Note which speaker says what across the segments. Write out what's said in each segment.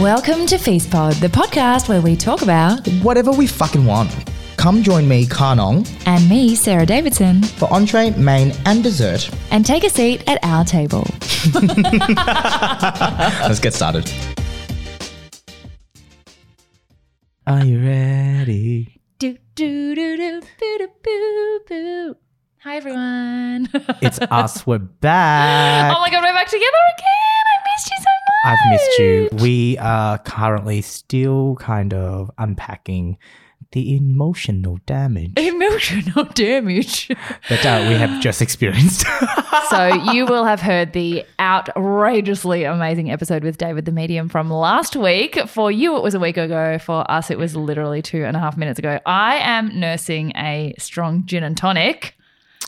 Speaker 1: Welcome to Feast Pod, the podcast where we talk about
Speaker 2: whatever we fucking want. Come join me, Karnong,
Speaker 1: and me, Sarah Davidson,
Speaker 2: for entree, main, and dessert.
Speaker 1: and take a seat at our table.
Speaker 2: Let's get started.
Speaker 3: Are you ready?
Speaker 1: Do, do, do, do, boo, do, boo, boo. Hi, everyone.
Speaker 3: It's us. We're back.
Speaker 1: oh my God, we're back together again. I missed you so much.
Speaker 3: I've missed you. We are currently still kind of unpacking the emotional damage
Speaker 1: Emotional damage.
Speaker 3: that uh, we have just experienced.
Speaker 1: so, you will have heard the outrageously amazing episode with David the Medium from last week. For you, it was a week ago. For us, it was literally two and a half minutes ago. I am nursing a strong gin and tonic.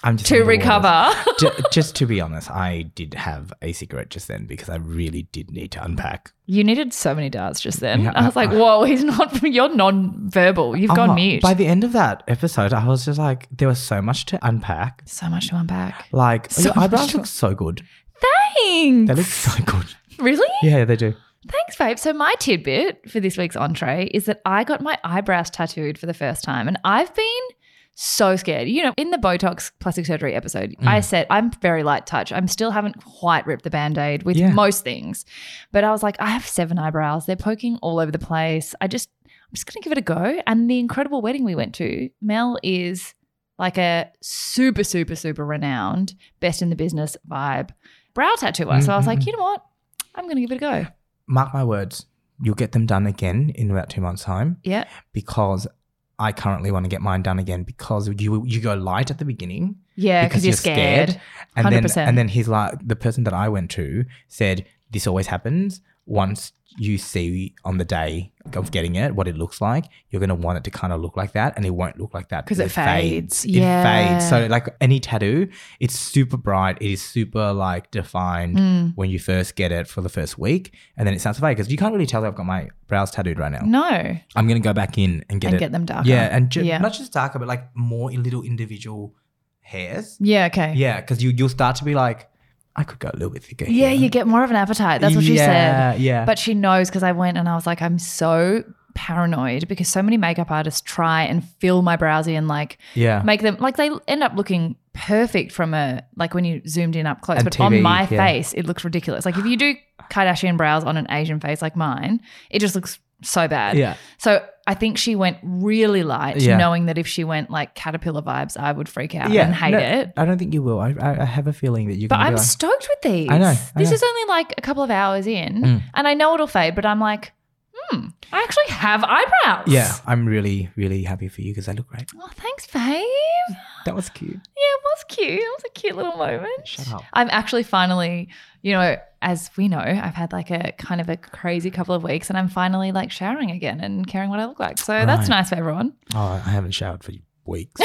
Speaker 3: I'm just
Speaker 1: to
Speaker 3: underwater.
Speaker 1: recover.
Speaker 3: Ju- just to be honest, I did have a cigarette just then because I really did need to unpack.
Speaker 1: You needed so many darts just then.
Speaker 3: Yeah,
Speaker 1: I was
Speaker 3: I-
Speaker 1: like, whoa, he's not, you're non-verbal. You've gone
Speaker 3: Oh,
Speaker 1: mute.
Speaker 3: By the end of that episode, I was just like, there was so much to unpack.
Speaker 1: so much to unpack.
Speaker 3: Like
Speaker 1: So
Speaker 3: your eyebrows
Speaker 1: much-
Speaker 3: look so good. They look
Speaker 1: Thanks.
Speaker 3: so good.
Speaker 1: Really?
Speaker 3: Yeah, they do.
Speaker 1: Thanks, babe. So my tidbit for this week's entree is that I got my eyebrows tattooed for the first time and I've been so scared. You know, in the Botox plastic surgery episode, I said I'm very light touch. I'm still haven't quite ripped the band-aid with
Speaker 3: Yeah.
Speaker 1: most things. But I was like, I have seven eyebrows. They're poking all over the place. I just I'm just going to give it a go. And the incredible wedding we went to, Mel is like a super, super, super renowned, best in the business vibe brow tattooer. So I was like, you know what? I'm going to give it a go.
Speaker 3: mark my words, you'll get them done again in about two months' time
Speaker 1: Yeah.
Speaker 3: because I currently want to get mine done again because you you go light at the beginning
Speaker 1: Yeah, because you're, scared.
Speaker 3: and then
Speaker 1: 100%.
Speaker 3: and then he's like the person that I went to said this always happens once you see on the day of getting it what it looks like you're going to want it to kind of look like that and it won't look like that
Speaker 1: 'Cause it fades.
Speaker 3: it fades so
Speaker 1: Yeah.
Speaker 3: like any tattoo it's super bright it is super like defined
Speaker 1: Mm.
Speaker 3: when you first get it for the first week and then it starts to fade because you can't really tell that I've got my brows tattooed right now
Speaker 1: No,
Speaker 3: I'm going to go back in and get
Speaker 1: and
Speaker 3: it
Speaker 1: get them darker.
Speaker 3: yeah and ju-
Speaker 1: Yeah.
Speaker 3: not just darker but like more little individual hairs
Speaker 1: Yeah. Okay. Yeah.
Speaker 3: yeah, because you you'll start to be like, I could go a little bit thicker. here."
Speaker 1: you get more of an appetite. That's what she said.
Speaker 3: yeah, Yeah,
Speaker 1: But she knows because I went and I was like, I'm so paranoid because so many makeup artists try and fill my brows in, like
Speaker 3: yeah,
Speaker 1: make them like they end up looking perfect from a like when you zoomed in up close.
Speaker 3: And
Speaker 1: but on
Speaker 3: TV,
Speaker 1: my
Speaker 3: yeah.
Speaker 1: face, it looks ridiculous. Like if you do Kardashian brows on an Asian face like mine, it just looks so bad.
Speaker 3: yeah.
Speaker 1: So I think she went really light,
Speaker 3: Yeah.
Speaker 1: knowing that if she went like caterpillar vibes, I would freak out
Speaker 3: yeah.
Speaker 1: and hate
Speaker 3: No,
Speaker 1: it.
Speaker 3: I don't think you will. I I, I have a feeling that you're.
Speaker 1: But
Speaker 3: gonna
Speaker 1: I'm
Speaker 3: be like,
Speaker 1: stoked with these.
Speaker 3: I know, I
Speaker 1: this
Speaker 3: know.
Speaker 1: is only like a couple of hours in,
Speaker 3: Mm.
Speaker 1: and I know it'll fade. But I'm like, hmm, I actually have eyebrows.
Speaker 3: yeah, I'm really really happy for you because I look great.
Speaker 1: Oh, thanks, babe. Yeah,
Speaker 3: That was cute.
Speaker 1: it was cute. It was a cute little moment.
Speaker 3: Shut up.
Speaker 1: I'm actually finally, you know, as we know, I've had like a kind of a crazy couple of weeks, and I'm finally like showering again and caring what I look like. So that's
Speaker 3: Right.
Speaker 1: nice for everyone.
Speaker 3: Oh, I haven't showered for weeks.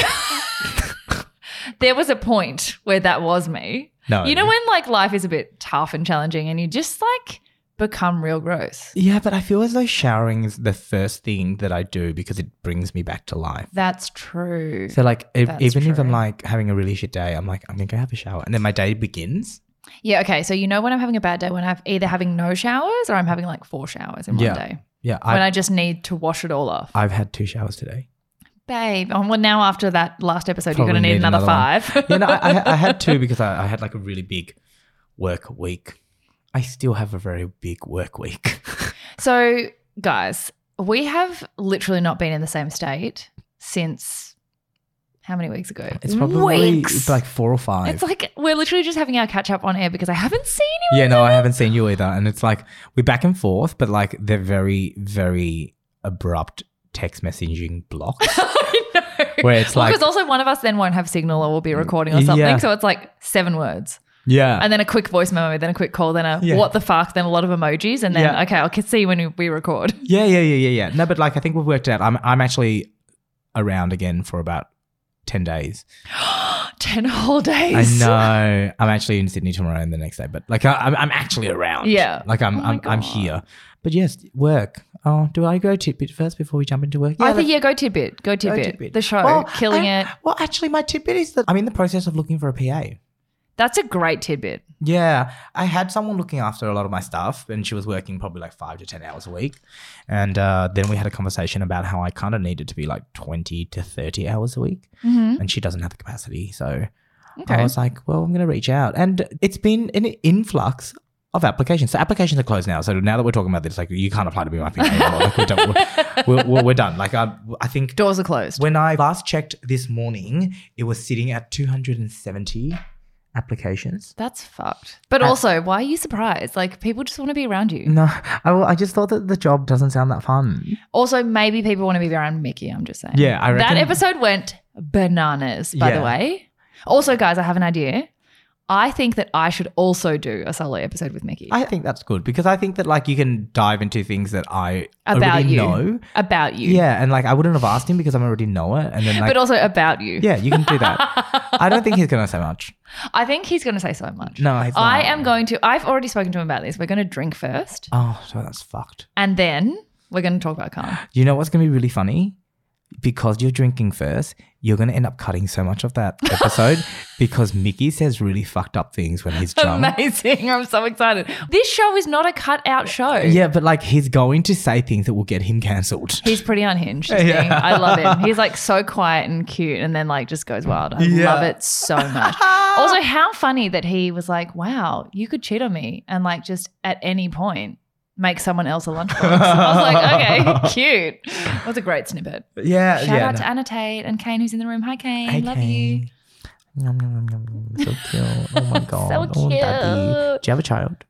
Speaker 1: There was a point where that was me.
Speaker 3: No,
Speaker 1: You know when like life is a bit tough and challenging and you just like become real gross.
Speaker 3: Yeah, but I feel as though showering is the first thing that I do because it brings me back to life.
Speaker 1: That's true.
Speaker 3: So like, if,
Speaker 1: That's
Speaker 3: even if I'm
Speaker 1: true.
Speaker 3: like having a really shit day, I'm like, I'm gonna go have a shower, and then my day begins.
Speaker 1: yeah, okay. So you know when I'm having a bad day when I'm either having no showers or I'm having like four showers in
Speaker 3: Yeah.
Speaker 1: one day.
Speaker 3: Yeah,
Speaker 1: when
Speaker 3: I,
Speaker 1: I just need to wash it all off.
Speaker 3: I've had two showers today.
Speaker 1: Babe. Oh, well now after that last episode you're
Speaker 3: Probably
Speaker 1: gonna need,
Speaker 3: need
Speaker 1: another,
Speaker 3: another one.
Speaker 1: five.
Speaker 3: yeah, no, I, I, I had two because I, I had like a really big work week. I still have a very big work week.
Speaker 1: so guys, we have literally not been in the same state since how many weeks ago?
Speaker 3: It's probably
Speaker 1: weeks.
Speaker 3: it's like four or five.
Speaker 1: It's like we're literally just having our catch up on air because I haven't seen you.
Speaker 3: yeah, no, I haven't seen you either. And it's like we're back and forth, but like they're very, very abrupt text messaging blocks
Speaker 1: I know.
Speaker 3: where it's like,
Speaker 1: because also one of us then won't have signal or we'll be recording or something.
Speaker 3: Yeah.
Speaker 1: So it's like seven words,
Speaker 3: yeah,
Speaker 1: and then a quick voice memo, then a quick call, then a
Speaker 3: Yeah.
Speaker 1: what the fuck, then a lot of emojis, and then
Speaker 3: Yeah.
Speaker 1: okay, I'll c- see you when we record.
Speaker 3: yeah, yeah, yeah, yeah, yeah. No, but like I think we've worked it out. I'm, I'm actually around again for about ten days.
Speaker 1: Ten whole
Speaker 3: I
Speaker 1: days.
Speaker 3: know. I'm actually in Sydney tomorrow and the next day, but like I, I'm, I'm actually around.
Speaker 1: Yeah.
Speaker 3: Like I'm,
Speaker 1: Oh my
Speaker 3: I'm, I'm
Speaker 1: God.
Speaker 3: here. But yes, work. Oh, do I go tidbit first before we jump into work?
Speaker 1: I think
Speaker 3: let's
Speaker 1: yeah, go tidbit, go
Speaker 3: go
Speaker 1: tidbit, the show, killing
Speaker 3: I-
Speaker 1: it.
Speaker 3: Well, actually, my tidbit is that I'm in the process of looking for a PA.
Speaker 1: That's a great tidbit.
Speaker 3: Yeah, I had someone looking after a lot of my stuff, and she was working probably like five to 10 hours a week. And uh, then we had a conversation about how I kind of needed to be like 20 to 30 hours a week,
Speaker 1: Mm-hmm.
Speaker 3: and she doesn't have the capacity. So
Speaker 1: Okay.
Speaker 3: I was like, well, I'm going to reach out. And it's been an influx of applications. So applications are closed now. So now that we're talking about this, like, you can't apply to be my PA anymore. like, we're, done. We're, we're, we're done. Like, I, I think
Speaker 1: Doors are closed.
Speaker 3: when I last checked this morning, it was sitting at 270 applications.
Speaker 1: That's fucked. But
Speaker 3: Uh,
Speaker 1: also, why are you surprised? Like, people just want to be around you.
Speaker 3: No, I, will- I just thought that the job doesn't sound that fun.
Speaker 1: Also, maybe people want to be around Mickey. I'm just saying.
Speaker 3: Yeah, I reckon-
Speaker 1: That episode went bananas, by
Speaker 3: Yeah.
Speaker 1: the way. Also, guys, I have an idea. I think that I should also do a solo episode with Mickey
Speaker 3: I think that's good because I think that like you can dive into things that I
Speaker 1: about
Speaker 3: already
Speaker 1: you.
Speaker 3: know.
Speaker 1: About you.
Speaker 3: Yeah, and like I wouldn't have asked him because I already know it, and then like
Speaker 1: but also about you.
Speaker 3: yeah, you can do that. I don't think he's gonna say much.
Speaker 1: I think he's going to say so much.
Speaker 3: No, he's
Speaker 1: I
Speaker 3: not.
Speaker 1: am going to. I've already spoken to him about this. We're going to drink first,
Speaker 3: Oh, so that's fucked.
Speaker 1: and then we're going to talk about Khan.
Speaker 3: You know what's gonna be really funny? Because you're drinking first, you're gonna end up cutting so much of that episode because Mickey says really fucked up things when he's drunk.
Speaker 1: Amazing! I'm so excited. This show is not a cut-out show.
Speaker 3: Yeah, but like he's going to say things that will get him cancelled.
Speaker 1: He's pretty unhinged. isn't he?
Speaker 3: Yeah.
Speaker 1: I love him. He's like so quiet and cute and then like just goes wild. I
Speaker 3: Yeah.
Speaker 1: love it so much. also, how funny that he was like, wow, you could cheat on me and like just at any point make someone else a lunchbox. I was like, okay, cute. That was a great snippet.
Speaker 3: Yeah,
Speaker 1: Shout
Speaker 3: Uh, yeah.
Speaker 1: out
Speaker 3: no.
Speaker 1: to Anna Tate and Kane who's in the room. Hi, Kane. Love you.
Speaker 3: Kane. Yum, yum, yum, yum, yum. So cute. Oh my God. Oh, daddy.
Speaker 1: cute.
Speaker 3: Do you have a child?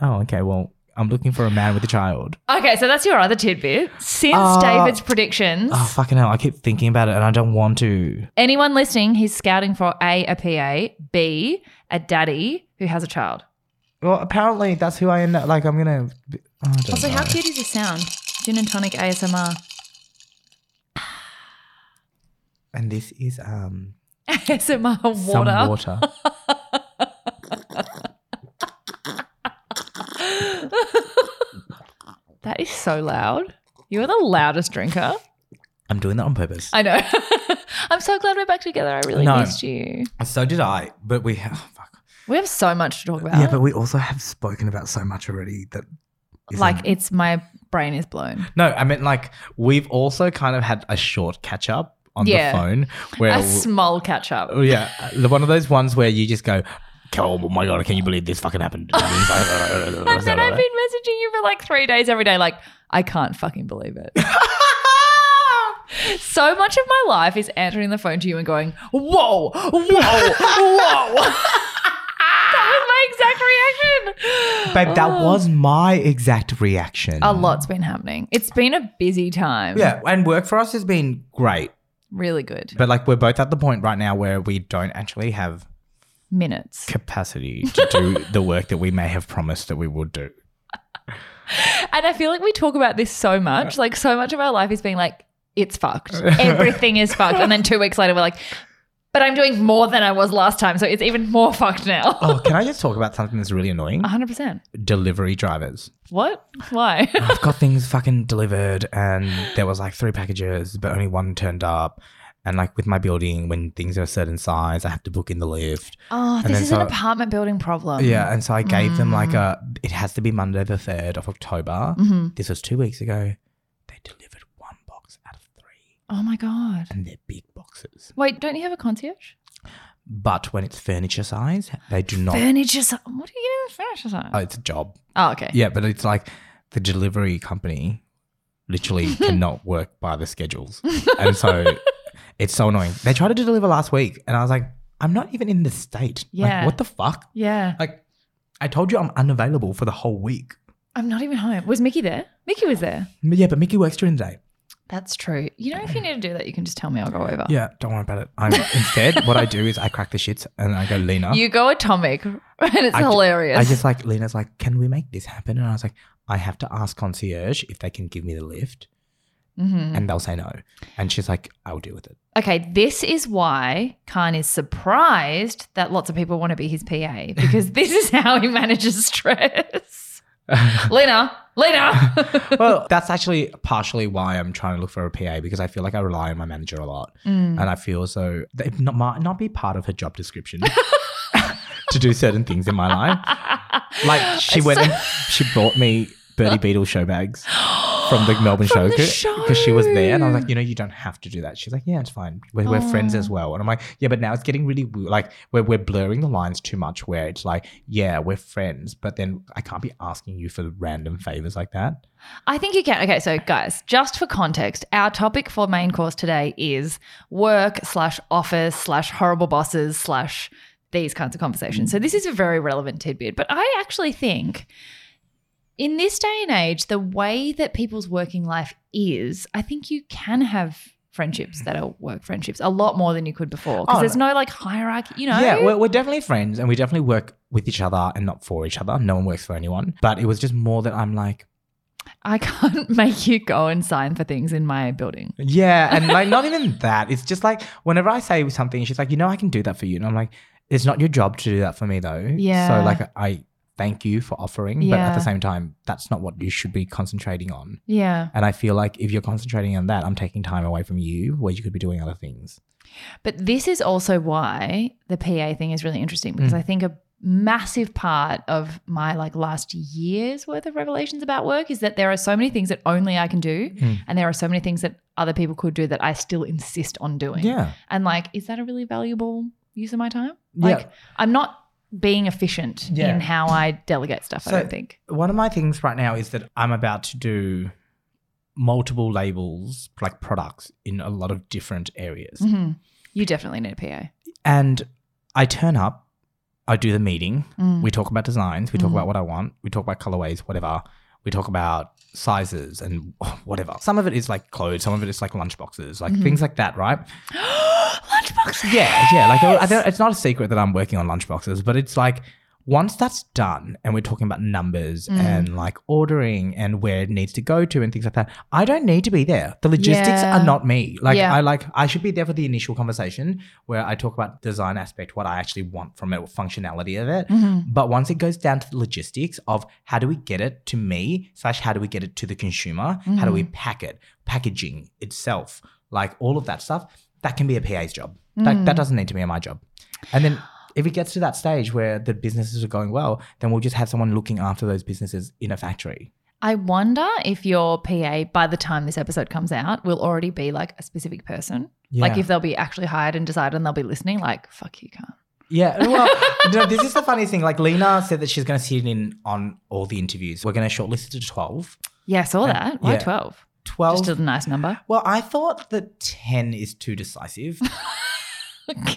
Speaker 3: Oh, okay. Well, I'm looking for a man with a child.
Speaker 1: Okay, so that's your other tidbit. Since
Speaker 3: Uh,
Speaker 1: David's predictions,
Speaker 3: Oh, fucking hell. I keep thinking about it and I don't want to.
Speaker 1: anyone listening, he's scouting for A, a PA, B, a daddy who has a child.
Speaker 3: Well, apparently that's who I end up. Like, I'm going to. Oh, I don't
Speaker 1: Also, how
Speaker 3: know.
Speaker 1: cute is the sound? Gin and tonic ASMR.
Speaker 3: And this is um
Speaker 1: ASMR water.
Speaker 3: some water.
Speaker 1: That is so loud. You're the loudest drinker.
Speaker 3: I'm doing that on purpose.
Speaker 1: I know. I'm so glad we're back together. I really
Speaker 3: No.
Speaker 1: missed you.
Speaker 3: so did I. But we have. fuck.
Speaker 1: We have so much to talk about.
Speaker 3: Yeah, but we also have spoken about so much already that. isn't-
Speaker 1: like it's my brain is blown.
Speaker 3: No, I meant like we've also kind of had a short catch up on
Speaker 1: Yeah.
Speaker 3: the phone where
Speaker 1: A small catch up.
Speaker 3: Oh, yeah, the- one of those ones where you just go, "Oh my god, can you believe this fucking happened?"
Speaker 1: And then I've been messaging you for like three days every day, like, I can't fucking believe it. so much of my life is answering the phone to you and going, whoa, whoa, whoa. that was my exact reaction. Oh.
Speaker 3: Babe, that was my exact reaction.
Speaker 1: A lot's been happening. It's been a busy time.
Speaker 3: Yeah, and work for us has been great,
Speaker 1: Really good.
Speaker 3: but like we're both at the point right now where we don't actually have
Speaker 1: Minutes.
Speaker 3: capacity to do the work that we may have promised that we would do.
Speaker 1: And I feel like we talk about this so much. Like, so much of our life is being like, it's fucked. Everything is fucked. And then two weeks later, we're like, but I'm doing more than I was last time. So it's even more fucked now.
Speaker 3: Oh, can I just talk about something that's really annoying?
Speaker 1: Uh-huh. 100%.
Speaker 3: Delivery drivers.
Speaker 1: What? Why?
Speaker 3: I've got things fucking delivered, and there was like three packages, but only one turned up. And like with my building, when things are a certain size, I have to book in the lift.
Speaker 1: Oh,
Speaker 3: And
Speaker 1: this
Speaker 3: then
Speaker 1: is
Speaker 3: so-
Speaker 1: an apartment building problem.
Speaker 3: Yeah, and so I gave them like a. It has to be Monday the third of October.
Speaker 1: hmm
Speaker 3: This was two weeks ago. They delivered one box out of three,
Speaker 1: Oh my God.
Speaker 3: and they're big boxes.
Speaker 1: Wait, don't you have a concierge?
Speaker 3: But when it's furniture size, they do not.
Speaker 1: Furniture. si- What are you getting in the furniture size?
Speaker 3: oh, it's a job.
Speaker 1: oh, okay.
Speaker 3: Yeah, but it's like the delivery company literally cannot work by the schedules. And so it's so annoying. They tried to deliver last week and I was like, I'm not even in the state.
Speaker 1: Yeah.
Speaker 3: Like, what the fuck?
Speaker 1: Yeah.
Speaker 3: Like, I told you I'm unavailable for the whole week.
Speaker 1: I'm not even home. Was Mickey there? Mickey was there.
Speaker 3: But yeah, but Mickey works during the day.
Speaker 1: That's true. You know, if you need to do that, you can just tell me. I'll go over.
Speaker 3: Yeah, don't worry about it. I'm instead what I do is I crack the shits and I go, Lena.
Speaker 1: You go atomic, and it's
Speaker 3: I ju-
Speaker 1: hilarious.
Speaker 3: I just like Lena's like, can we make this happen? And I was like, I have to ask concierge if they can give me the lift,
Speaker 1: Mhm.
Speaker 3: and they'll say no. And she's like, I'll deal with it.
Speaker 1: Okay, this is why Khan is surprised that lots of people want to be his PA because this is how he manages stress. Lena, Lena.
Speaker 3: well, that's actually partially why I'm trying to look for a PA because I feel like I rely on my manager a lot,
Speaker 1: Mm.
Speaker 3: and I feel so it not, might not be part of her job description. to do certain things in my life. Like she went and she bought me Birdie Beetle show bags from the Melbourne
Speaker 1: From the
Speaker 3: show because she was there, and I was like,
Speaker 1: show.
Speaker 3: you know, you don't have to do that. She's like, yeah, it's fine. We're, we're friends as well, and I'm like, yeah, but now it's getting really weird. like we're we're blurring the lines too much. Where it's like, yeah, we're friends, but then I can't be asking you for random favors like that.
Speaker 1: I think you can. Okay, so guys, just for context, our topic for main course today is work slash office slash horrible bosses slash these kinds of conversations. So this is a very relevant tidbit, but I actually think in this day and age, the way that people's working life is, I think you can have friendships that are work friendships a lot more than you could before because
Speaker 3: Oh,
Speaker 1: there's no like hierarchy, you know?
Speaker 3: Yeah, we're, we're definitely friends, and we definitely work with each other and not for each other. No one works for anyone, but it was just more that I'm like.
Speaker 1: I can't make you go and sign for things in my building.
Speaker 3: Yeah, and like not even that. It's just like whenever I say something, she's like, you know, I can do that for you, and I'm like, it's not your job to do that for me though.
Speaker 1: Yeah.
Speaker 3: So like I thank you for offering, but at
Speaker 1: Yeah.
Speaker 3: the same time, that's not what you should be concentrating on.
Speaker 1: Yeah.
Speaker 3: And I feel like if you're concentrating on that, I'm taking time away from you where you could be doing other things.
Speaker 1: But this is also why the PA thing is really interesting
Speaker 3: Mm.
Speaker 1: because I think a massive part of my like last year's worth of revelations about work is that there are so many things that only I can do
Speaker 3: Mm.
Speaker 1: and there are so many things that other people could do that I still insist on doing.
Speaker 3: Yeah.
Speaker 1: And like is that a really valuable use of my time?
Speaker 3: Yeah.
Speaker 1: Like I'm not being efficient
Speaker 3: Yeah.
Speaker 1: in how I delegate stuff,
Speaker 3: So-
Speaker 1: I don't think.
Speaker 3: One of my things right now is that I'm about to do multiple labels, like products in a lot of different areas.
Speaker 1: Mhm. You definitely need a PA.
Speaker 3: And I turn up, I do the meeting,
Speaker 1: Mm.
Speaker 3: we talk about designs, we talk
Speaker 1: Mhm.
Speaker 3: about what I want, we talk about colorways, whatever. We talk about sizes and whatever. Some of it is like clothes, some of it is like lunchboxes, like
Speaker 1: Mhm.
Speaker 3: things like that, right?
Speaker 1: Lunchbox.
Speaker 3: Yeah, yeah. Like I, I don't, it's not a secret that I'm working on lunchboxes, but it's like once that's done and we're talking about numbers
Speaker 1: Mm.
Speaker 3: and like ordering and where it needs to go to and things like that, I don't need to be there. The logistics
Speaker 1: Yeah.
Speaker 3: are not me. Like
Speaker 1: Yeah.
Speaker 3: I like I should be there for the initial conversation where I talk about design aspect, what I actually want from it, what functionality of it.
Speaker 1: Mhm.
Speaker 3: But once it goes down to the logistics of how do we get it to me, slash how do we get it to the consumer, how do
Speaker 1: Mm.
Speaker 3: we pack it, packaging itself, like all of that stuff, that can be a PA's job. That,
Speaker 1: Mm.
Speaker 3: that doesn't need to be my job. And then if it gets to that stage where the businesses are going well, then we'll just have someone looking after those businesses in a factory.
Speaker 1: I wonder if your PA, by the time this episode comes out, will already be like a specific person. Like
Speaker 3: Yeah.
Speaker 1: if they'll be actually hired and decided and they'll be listening, like, fuck you, can't.
Speaker 3: Yeah. Well, no, this is the funniest thing. Like Lena said that she's going to sit in on all the interviews. We're going to shortlist it to 12.
Speaker 1: Yeah, I saw
Speaker 3: And-
Speaker 1: that. Why
Speaker 3: yeah.
Speaker 1: 12?
Speaker 3: 12.
Speaker 1: Just a nice number.
Speaker 3: well, I thought that 10 is too decisive.
Speaker 1: okay.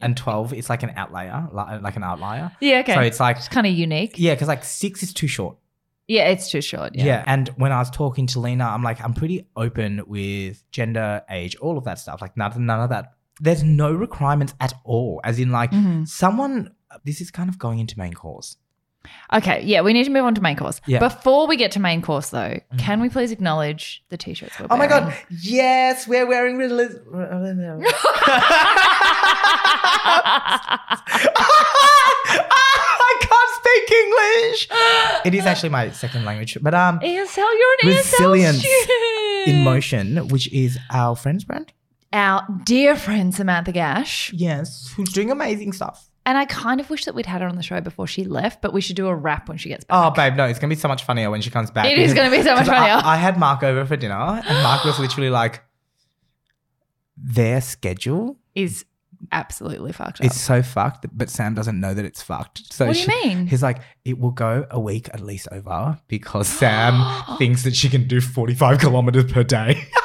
Speaker 3: and 12 is like an outlier li- uh, like an outlier
Speaker 1: Yeah, okay.
Speaker 3: so it's like
Speaker 1: it's kind of unique. Yeah.
Speaker 3: yeah because like six is too short
Speaker 1: it's too short.
Speaker 3: yeah.
Speaker 1: Yeah.
Speaker 3: and when i was talking to lena i'm like i'm pretty open with gender age all of that stuff like none, none of that there's no requirements at all as in like
Speaker 1: Mhm.
Speaker 3: someone uh, this is kind of going into main course
Speaker 1: Okay, yeah, we need to move on to main course.
Speaker 3: Yeah. Mm-hmm.
Speaker 1: Before we get to main course, though, can we please acknowledge the t-shirts we're
Speaker 3: oh my
Speaker 1: wearing?
Speaker 3: god yes we're wearing riddlers i can't speak english it is actually my second language but um
Speaker 1: ESL, E you're an
Speaker 3: Resilience
Speaker 1: ESL student.
Speaker 3: in motion, which is our friend's brand.
Speaker 1: Our dear friend Samantha Gash.
Speaker 3: Yes, who's doing amazing stuff.
Speaker 1: And I kind of wish that we'd had her on the show before she left, but we should do a wrap when she gets back.
Speaker 3: Oh, babe, no, it's gonna be so much funnier when she comes back.
Speaker 1: It is
Speaker 3: because-
Speaker 1: gonna be so much
Speaker 3: 'cause I-
Speaker 1: funnier.
Speaker 3: I, had Mark over for dinner, and Mark was literally like, "Their schedule
Speaker 1: Is absolutely fucked up.
Speaker 3: is so fucked, but Sam doesn't know that it's fucked." So
Speaker 1: What do you
Speaker 3: she-
Speaker 1: mean?
Speaker 3: He's like, "It will go a week at least over because Sam thinks that she can do forty-five kilometers per day."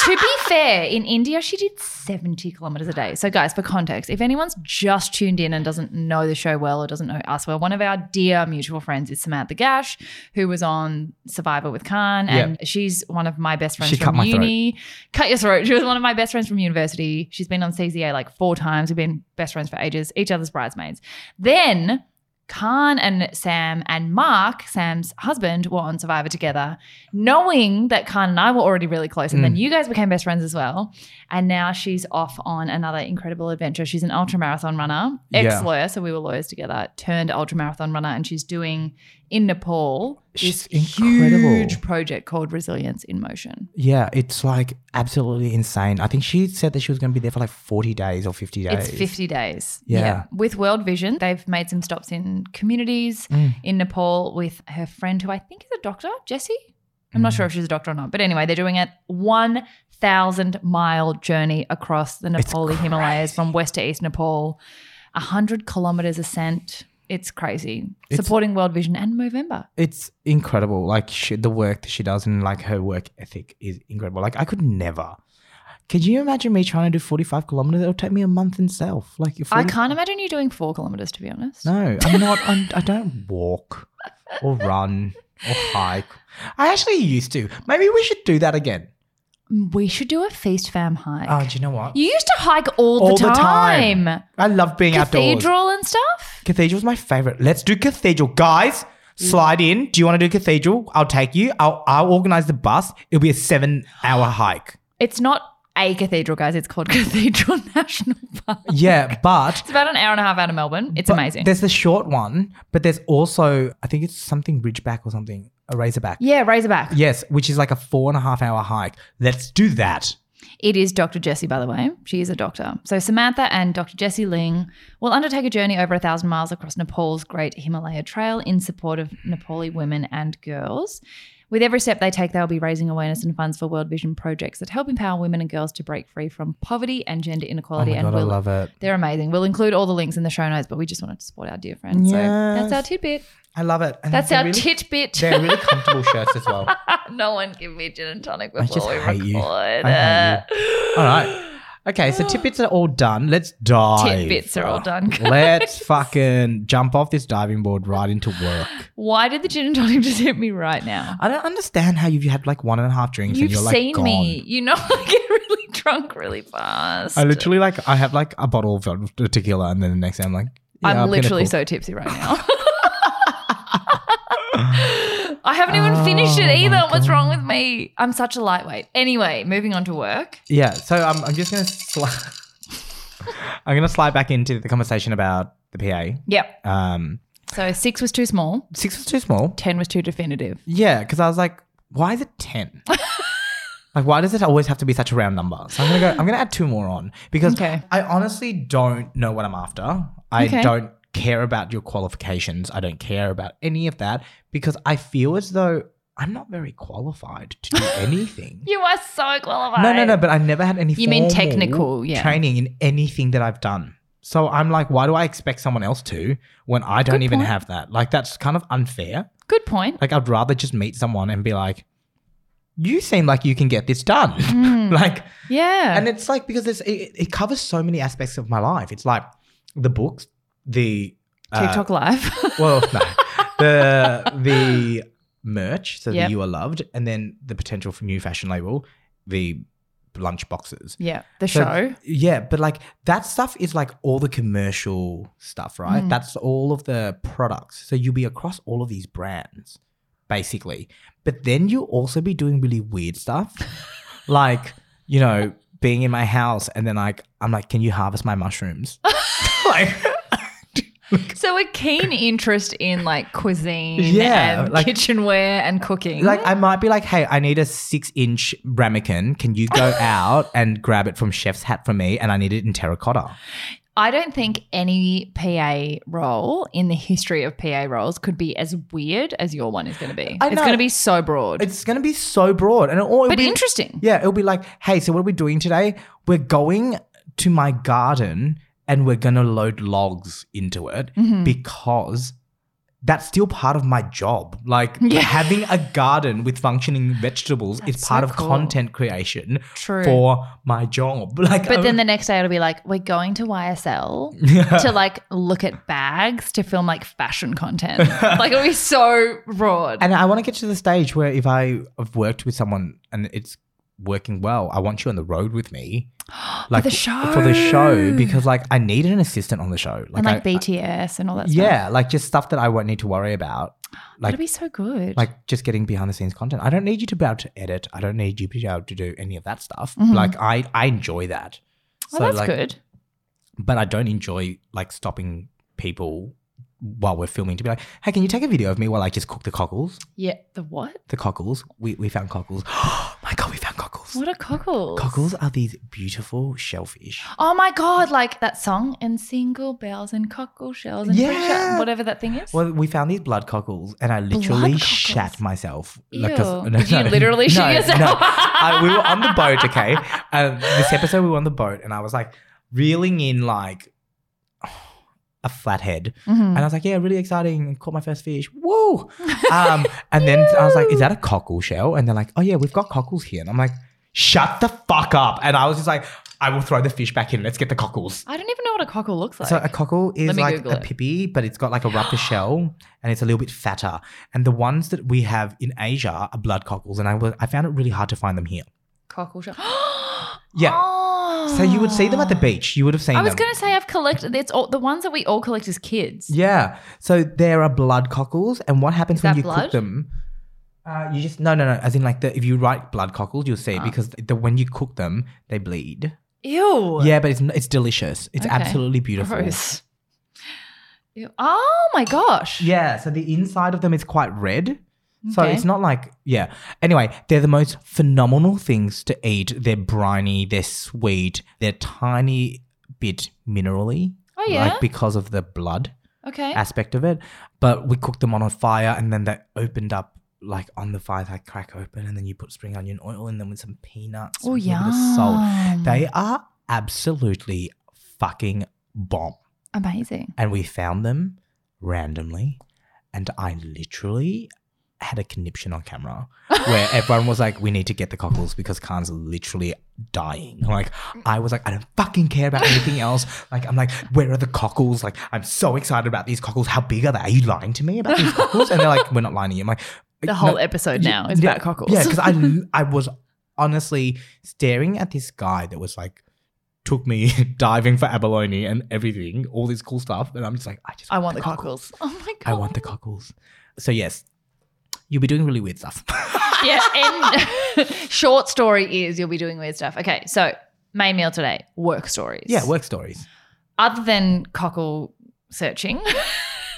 Speaker 1: to be fair, in India, she did 70 kilometers a day. So, guys, for context, if anyone's just tuned in and doesn't know the show well or doesn't know us well, one of our dear mutual friends is Samantha Gash, who was on Survivor with Khan. And she's one of my best friends
Speaker 3: She cut
Speaker 1: from
Speaker 3: my throat.
Speaker 1: uni. Cut your throat. She was one of my best friends from university. She's been on CZA like four times. We've been best friends for ages, each other's bridesmaids. Then Khan and Sam and Mark, Sam's husband, were on Survivor together, knowing that Khan and I were already really close.
Speaker 3: Hmm.
Speaker 1: And then you guys became best friends as well. And now she's off on another incredible adventure. She's an ultra marathon runner,
Speaker 3: Yeah.
Speaker 1: ex lawyer. So we were lawyers together, turned ultra marathon runner. And she's doing in Nepal this
Speaker 3: She's incredible.
Speaker 1: huge project called Resilience in Motion.
Speaker 3: Yeah, it's like absolutely insane. I think she said that she was going to be there for like 40 days or 50 days.
Speaker 1: It's 50 days.
Speaker 3: Yeah.
Speaker 1: With World Vision, they've made some stops in communities
Speaker 3: Mm.
Speaker 1: in Nepal with her friend who I think is a doctor, Jessie. I'm not sure if she's a doctor or not, but anyway, they're doing a 1,000 mile journey across the Nepali Himalayas from west to east Nepal, 100 kilometers ascent. It's crazy.
Speaker 3: It's-
Speaker 1: Supporting World Vision and Movember.
Speaker 3: It's incredible. Like she, the work that she does and like her work ethic is incredible. Like I could never. Could you imagine me trying to do 45 kilometers? It'll take me a month in self. Like if
Speaker 1: I can't imagine you doing four kilometers, to be honest.
Speaker 3: No, I'm not. I'm, I don't walk or run or hike. I actually used to. Maybe we should do that again.
Speaker 1: We should do a feast fam hike.
Speaker 3: Oh, do you know what?
Speaker 1: you used to hike all,
Speaker 3: All
Speaker 1: the,
Speaker 3: the
Speaker 1: time.
Speaker 3: time. I love being outdoors.
Speaker 1: Cathedral and stuff.
Speaker 3: Cathedral's my favorite. Let's do cathedral, guys. Slide in. Do you want to do cathedral? I'll take you. I'll I'll organize the bus. It'll be a seven-hour hike.
Speaker 1: It's not a cathedral, guys. It's called Cathedral National Park.
Speaker 3: Yeah, but
Speaker 1: It's about an hour and a half out of Melbourne. It's
Speaker 3: but
Speaker 1: amazing.
Speaker 3: There's the short one, but there's also I think it's something Ridgeback or something, a Razorback.
Speaker 1: Yeah, Razorback.
Speaker 3: Yes, which is like a four and a half hour hike. Let's do that.
Speaker 1: It is Dr. Jessie, by the way. She is a doctor. So Samantha and Dr. Jessie Ling will undertake a journey over a thousand miles across Nepal's Great Himalaya Trail in support of Nepali women and girls. With every step they take, they'll be raising awareness and funds for World Vision projects that help empower women and girls to break free from poverty and gender
Speaker 3: Oh
Speaker 1: inequality. and will-
Speaker 3: it.
Speaker 1: they're amazing. We'll include all the links in the show notes, but we just wanted to support our dear friends. So that's
Speaker 3: Yes.
Speaker 1: our tidbit.
Speaker 3: I love it. And
Speaker 1: That's
Speaker 3: they're
Speaker 1: our
Speaker 3: really,
Speaker 1: titbit.
Speaker 3: They're really comfortable shirts as well.
Speaker 1: no one give me gin and tonic
Speaker 3: I just
Speaker 1: before we
Speaker 3: hate
Speaker 1: record.
Speaker 3: you. I All right. Okay, so tidbits are all done. Let's dive.
Speaker 1: Tidbits are all done, guys.
Speaker 3: Let's fucking jump off this diving board right into work.
Speaker 1: Why did the gin and tonic just hit me right now?
Speaker 3: I don't understand how you've had like one and a half drinks
Speaker 1: You've
Speaker 3: and you're like
Speaker 1: seen
Speaker 3: gone.
Speaker 1: me. You know I get really drunk really fast.
Speaker 3: I literally like I have like a bottle of tequila and then the next day I'm like yeah,
Speaker 1: I'm
Speaker 3: gonna
Speaker 1: literally
Speaker 3: cook.
Speaker 1: so tipsy right now. I haven't even finished
Speaker 3: Oh
Speaker 1: it
Speaker 3: my
Speaker 1: either. What's
Speaker 3: God.
Speaker 1: wrong with me? I'm such a lightweight. Anyway, moving on to work.
Speaker 3: yeah. So I'm, I'm just gonna sli- I'm gonna slide back into the conversation about the
Speaker 1: Yep.
Speaker 3: PA. Um,
Speaker 1: So six was too small.
Speaker 3: six was too small.
Speaker 1: Ten was too definitive.
Speaker 3: Yeah, because I was like, why is it 10? like, why does it always have to be such a round number? So I'm going to go, I'm going to add two more on because
Speaker 1: Okay.
Speaker 3: I honestly don't know what I'm after. I
Speaker 1: Okay.
Speaker 3: don't care about your qualifications. I don't care about any of that because I feel as though I'm not very qualified to do anything.
Speaker 1: You are so qualified.
Speaker 3: No, no, no, but I never had any
Speaker 1: You mean
Speaker 3: formal
Speaker 1: technical, yeah.
Speaker 3: training in anything that I've done. So I'm like, why do I expect someone else to when I don't
Speaker 1: Good
Speaker 3: even
Speaker 1: point.
Speaker 3: have that? Like, that's kind of unfair.
Speaker 1: Good point.
Speaker 3: Like I'd rather just meet someone and be like, "You seem like you can get this done."
Speaker 1: Mm,
Speaker 3: like,
Speaker 1: yeah.
Speaker 3: and it's like because it's, it it covers so many aspects of my life. It's like the books, the uh,
Speaker 1: TikTok live.
Speaker 3: well, no, the the merch, so
Speaker 1: Yep.
Speaker 3: the you are loved, and then the potential for new fashion label, the lunch boxes.
Speaker 1: yeah. The
Speaker 3: So-
Speaker 1: show.
Speaker 3: Yeah, but like that stuff is like all the commercial stuff, right?
Speaker 1: Mm.
Speaker 3: That's all of the products. So you'll be across all of these brands, basically. But then you'll also be doing really weird stuff. like, you know, being in my house and then like I'm like, can you harvest my mushrooms? like
Speaker 1: So a keen interest in like cuisine
Speaker 3: Yeah,
Speaker 1: and
Speaker 3: like-
Speaker 1: kitchenware and cooking.
Speaker 3: like I might be like, hey, I need a six inch ramekin. Can you go out and grab it from Chef's hat for me? And I need it in terracotta.
Speaker 1: I don't think any PA role in the history of PA roles could be as weird as your one is going to be.
Speaker 3: I
Speaker 1: It's
Speaker 3: know.
Speaker 1: going to be so broad,
Speaker 3: It's gonna be so broad. And it all it'll
Speaker 1: but
Speaker 3: be-
Speaker 1: interesting.
Speaker 3: Yeah, it'll be like, hey, so what are we doing today? We're going to my garden and we're going to load logs into it
Speaker 1: Mhm.
Speaker 3: because that's still part of my job. Like
Speaker 1: Yeah.
Speaker 3: having a garden with functioning vegetables
Speaker 1: That's
Speaker 3: is
Speaker 1: so
Speaker 3: part of
Speaker 1: cool.
Speaker 3: content creation
Speaker 1: True.
Speaker 3: for my job. Like,
Speaker 1: but then the next day it'll be like, we're going to YSL to like look at bags to film like fashion content. like it'll be so broad.
Speaker 3: and I want to get to the stage where if I have worked with someone and it's working well, I want you on the road with me. Like
Speaker 1: the show.
Speaker 3: for the show because like I need an assistant on the show.
Speaker 1: and like
Speaker 3: I-
Speaker 1: BTS and all that stuff.
Speaker 3: yeah, like just stuff that I won't need to worry about.
Speaker 1: That'd
Speaker 3: Like
Speaker 1: be so good.
Speaker 3: like just getting behind the scenes content. I don't need you to be able to edit. I don't need you to be able to do any of that stuff.
Speaker 1: Mhm.
Speaker 3: Like I I enjoy that.
Speaker 1: oh, that's
Speaker 3: like
Speaker 1: good.
Speaker 3: but I don't enjoy like stopping people while we're filming to be like, hey, can you take a video of me while I just cook the cockles?
Speaker 1: Yeah. The what?
Speaker 3: The cockles. We, we found cockles. Oh my God, we found cockles.
Speaker 1: What are cockles?
Speaker 3: Cockles are these beautiful shellfish.
Speaker 1: Oh my god! Like that song and single bells and cockle shells and fresh-
Speaker 3: Yeah.
Speaker 1: whatever that thing is.
Speaker 3: Well, we found these blood cockles, and I literally
Speaker 1: cockles?
Speaker 3: shat myself.
Speaker 1: Ew.
Speaker 3: 'cause-
Speaker 1: Did you literally shit yourself?
Speaker 3: I- we were on the boat, okay? Um, this episode, we were on the boat, and I was like reeling in like a flathead,
Speaker 1: Mhm.
Speaker 3: and I was like, "Yeah, really exciting! Caught my first fish! Woo!" Um, and then I was like, "Is that a cockle shell?" And they're like, "Oh yeah, we've got cockles here," and I'm like, "Shut the fuck up!" And I was just like, "I will throw the fish back in. Let's get the cockles."
Speaker 1: I don't even know what a cockle looks like.
Speaker 3: So a cockle is
Speaker 1: me
Speaker 3: like
Speaker 1: Google
Speaker 3: a
Speaker 1: it.
Speaker 3: pippy, but it's got like a rubber shell and it's a little bit fatter. And the ones that we have in Asia are blood cockles, and I wa- I found it really hard to find them here.
Speaker 1: cockle shell.
Speaker 3: Yeah. So you would see them at the beach. You would have seen
Speaker 1: Oh. I was
Speaker 3: them.
Speaker 1: gonna say I've collected. It's all the ones that we all collect as kids.
Speaker 3: yeah. So there are blood cockles, and what happens
Speaker 1: Is
Speaker 3: when
Speaker 1: that
Speaker 3: you cook
Speaker 1: blood?
Speaker 3: them? Uh, you just no no no. As in like the, if you write blood cockles, you'll see
Speaker 1: Ah.
Speaker 3: because the, when you cook them, they bleed.
Speaker 1: Ew.
Speaker 3: Yeah, but it's n- it's delicious. It's
Speaker 1: Okay.
Speaker 3: absolutely beautiful.
Speaker 1: Gross. Ew. Oh my gosh.
Speaker 3: Yeah, so the inside of them is quite red. So
Speaker 1: Okay.
Speaker 3: it's not like, yeah. Anyway, they're the most phenomenal things to eat. They're briny, they're sweet, they're tiny bit minerally.
Speaker 1: Oh yeah.
Speaker 3: Like because of the blood
Speaker 1: okay.
Speaker 3: aspect of it. But we cooked them on a fire and then they opened up like on the fire, they crack open and then you put spring onion oil in them with some peanuts.
Speaker 1: Oh
Speaker 3: with a little
Speaker 1: yeah.
Speaker 3: bit of salt. They are absolutely fucking bomb
Speaker 1: amazing.
Speaker 3: and we found them randomly. And I literally had a conniption on camera where everyone was like, "We need to get the cockles because Khan's literally dying." Like I was like, "I don't fucking care about anything else." Like I'm like, "Where are the cockles?" Like I'm so excited about these cockles. How big are they? Are you lying to me about these cockles? And they're like, "We're not lying to you." I'm like,
Speaker 1: The whole
Speaker 3: "No,
Speaker 1: episode
Speaker 3: yeah,
Speaker 1: now is
Speaker 3: yeah,
Speaker 1: about cockles.
Speaker 3: yeah, because I l- I was honestly staring at this guy that was like took me diving for abalone and everything, all this cool stuff, and I'm just like, I just
Speaker 1: I want the cockles. Oh my god.
Speaker 3: I want the cockles. So yes, you'll be doing really weird stuff.
Speaker 1: yeah. And short story is you'll be doing weird stuff. Okay, so main meal today, work stories.
Speaker 3: yeah, work stories.
Speaker 1: Other than cockle searching,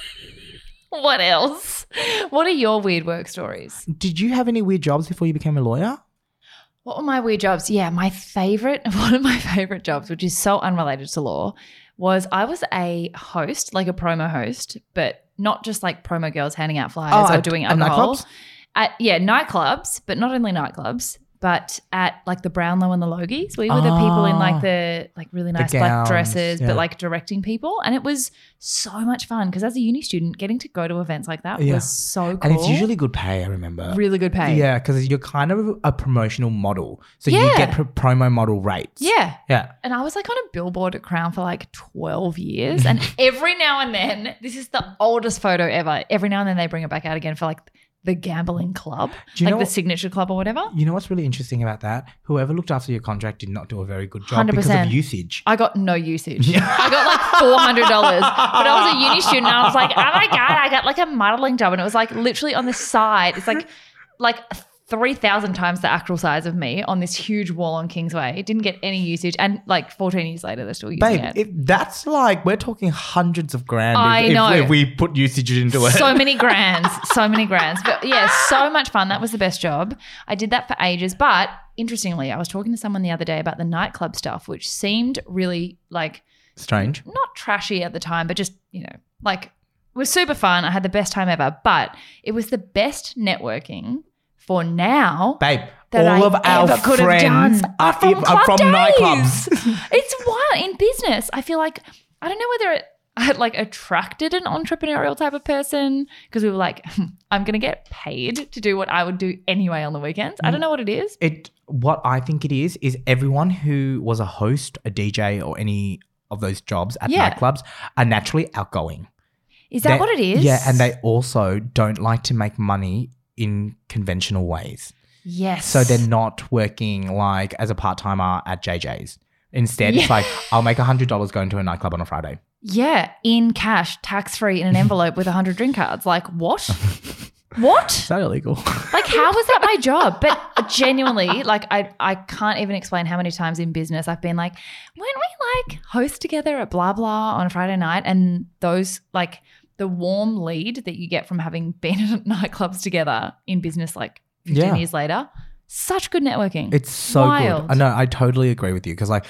Speaker 1: what else? What are your weird work stories?
Speaker 3: Did you have any weird jobs before you became a lawyer?
Speaker 1: What were my weird jobs? Yeah, my favorite, one of my favorite jobs, which is so unrelated to law, was I was a host, like a promo host, but not just like promo girls handing out flyers or
Speaker 3: at-
Speaker 1: doing
Speaker 3: at
Speaker 1: alcohol.
Speaker 3: nightclubs?
Speaker 1: At yeah, nightclubs, but not only nightclubs, but at like the Brownlow and the Logies. We were the people in
Speaker 3: Ah.
Speaker 1: like the like really nice black
Speaker 3: gowns,
Speaker 1: dresses,
Speaker 3: yeah.
Speaker 1: but like directing people, and it was so much fun because as a uni student, getting to go to events like that
Speaker 3: Yeah.
Speaker 1: was so cool.
Speaker 3: And it's usually good pay. I remember.
Speaker 1: really good pay.
Speaker 3: Yeah, because you're kind of a promotional model, so you
Speaker 1: Yeah.
Speaker 3: get pro- promo model rates.
Speaker 1: Yeah.
Speaker 3: yeah.
Speaker 1: And I was like on a billboard at Crown for like 12 years. And every now and then, this is the oldest photo ever. Every now and then they bring it back out again for like the gambling club,
Speaker 3: Do you
Speaker 1: like
Speaker 3: know
Speaker 1: the signature club or whatever.
Speaker 3: You know what's really interesting about that? Whoever looked after your contract did not do a very good job because of
Speaker 1: 100%.
Speaker 3: usage.
Speaker 1: I got no usage.
Speaker 3: Yeah.
Speaker 1: I got like $400, but I was a uni student and I was like, oh my God, I got like a modeling job. And it was like literally on the side. It's like, like, 3,000 times the actual size of me on this huge wall on Kingsway. It didn't get any usage. And like 14 years later, they're still using
Speaker 3: Babe,
Speaker 1: it.
Speaker 3: if that's like we're talking hundreds of grand
Speaker 1: I
Speaker 3: if, if
Speaker 1: know.
Speaker 3: we- we put usage into it.
Speaker 1: So many grands, so many grands. But yeah, so much fun. That was the best job. I did that for ages. But interestingly, I was talking to someone the other day about the nightclub stuff, which seemed really like
Speaker 3: Strange.
Speaker 1: not trashy at the time, but just, you know, like it was super fun. I had the best time ever. But it was the best networking for now.
Speaker 3: Babe,
Speaker 1: That
Speaker 3: all
Speaker 1: I
Speaker 3: of our
Speaker 1: ever could have
Speaker 3: friends
Speaker 1: done
Speaker 3: are,
Speaker 1: are from
Speaker 3: in-
Speaker 1: club
Speaker 3: are uh, from
Speaker 1: days.
Speaker 3: nightclubs.
Speaker 1: it's wild in business. I feel like I don't know whether it I had like attracted an entrepreneurial type of person because we were like, I'm gonna get paid to do what I would do anyway on the weekends. I don't know what it is.
Speaker 3: It what I think it is is everyone who was a host, a DJ, or any of those jobs at
Speaker 1: Yeah.
Speaker 3: nightclubs are naturally outgoing.
Speaker 1: Is that
Speaker 3: They-
Speaker 1: what it is?
Speaker 3: Yeah, and they also don't like to make money in conventional ways.
Speaker 1: yes.
Speaker 3: So they're not working like as a part timer at JJ's. Instead, it's like I'll make hundred dollars going to a nightclub on a Friday.
Speaker 1: yeah in cash, tax free in an envelope with hundred drink cards. Like what? what?
Speaker 3: that illegal?
Speaker 1: Like, how was that my job? But genuinely, like, I, I can't even explain how many times in business I've been like, when we like host together at blah blah on a Friday night, and those like the the warm lead that you get from having been at nightclubs together in business like 15
Speaker 3: Yeah.
Speaker 1: years later. Such good networking.
Speaker 3: It's so
Speaker 1: Wild.
Speaker 3: good. I know. I totally agree with you because, like,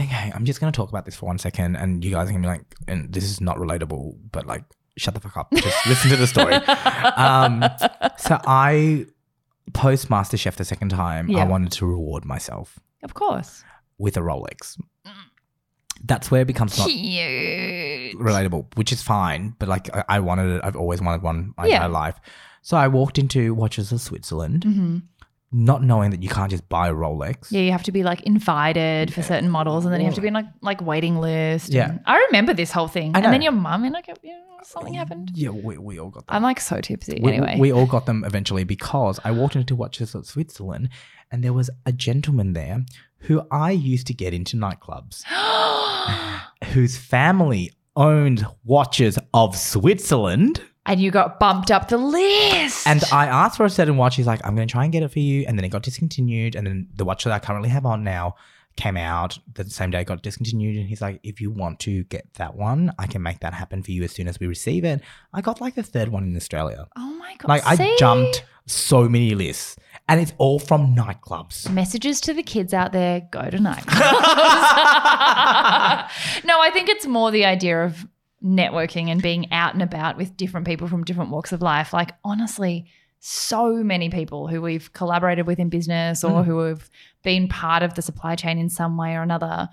Speaker 3: okay, I'm just gonna talk about this for one second, and you guys are gonna be like, and this is not relatable, but like, shut the fuck up. Just listen to the story. Um, so I post MasterChef the second time.
Speaker 1: Yeah.
Speaker 3: I wanted to reward myself
Speaker 1: of course.
Speaker 3: with a Rolex. That's where it becomes not
Speaker 1: Cute.
Speaker 3: relatable, which is fine. But like, I, I wanted it. I've always wanted one my
Speaker 1: Yeah.
Speaker 3: entire life. So I walked into Watches of Switzerland,
Speaker 1: hmm
Speaker 3: not knowing that you can't just buy a Rolex.
Speaker 1: Yeah, you have to be like invited for certain models, and then you have to be in like like waiting list.
Speaker 3: Yeah.
Speaker 1: and- I remember this whole thing,
Speaker 3: I
Speaker 1: and then
Speaker 3: know.
Speaker 1: your mum and like yeah, something happened.
Speaker 3: Yeah, we, we all got that.
Speaker 1: I'm like so tipsy.
Speaker 3: We,
Speaker 1: Um, anyway,
Speaker 3: we all got them eventually because I walked into Watches of Switzerland and there was a gentleman there who I used to get into nightclubs, whose family owned Watches of Switzerland.
Speaker 1: and you got bumped up the list.
Speaker 3: And I asked for a certain watch. He's like, I'm going to try and get it for you. And then it got discontinued. And then the watch that I currently have on now came out the same day it got discontinued. And he's like, if you want to get that one, I can make that happen for you as soon as we receive it. I got like the third one in Australia.
Speaker 1: oh my god,
Speaker 3: Like I
Speaker 1: see?
Speaker 3: jumped so many lists, and it's all from nightclubs.
Speaker 1: Messages to the kids out there: go to nightclubs. no, I think it's more the idea of networking and being out and about with different people from different walks of life. Like honestly, so many people who we've collaborated with in business or
Speaker 3: Mm.
Speaker 1: who have been part of the supply chain in some way or another,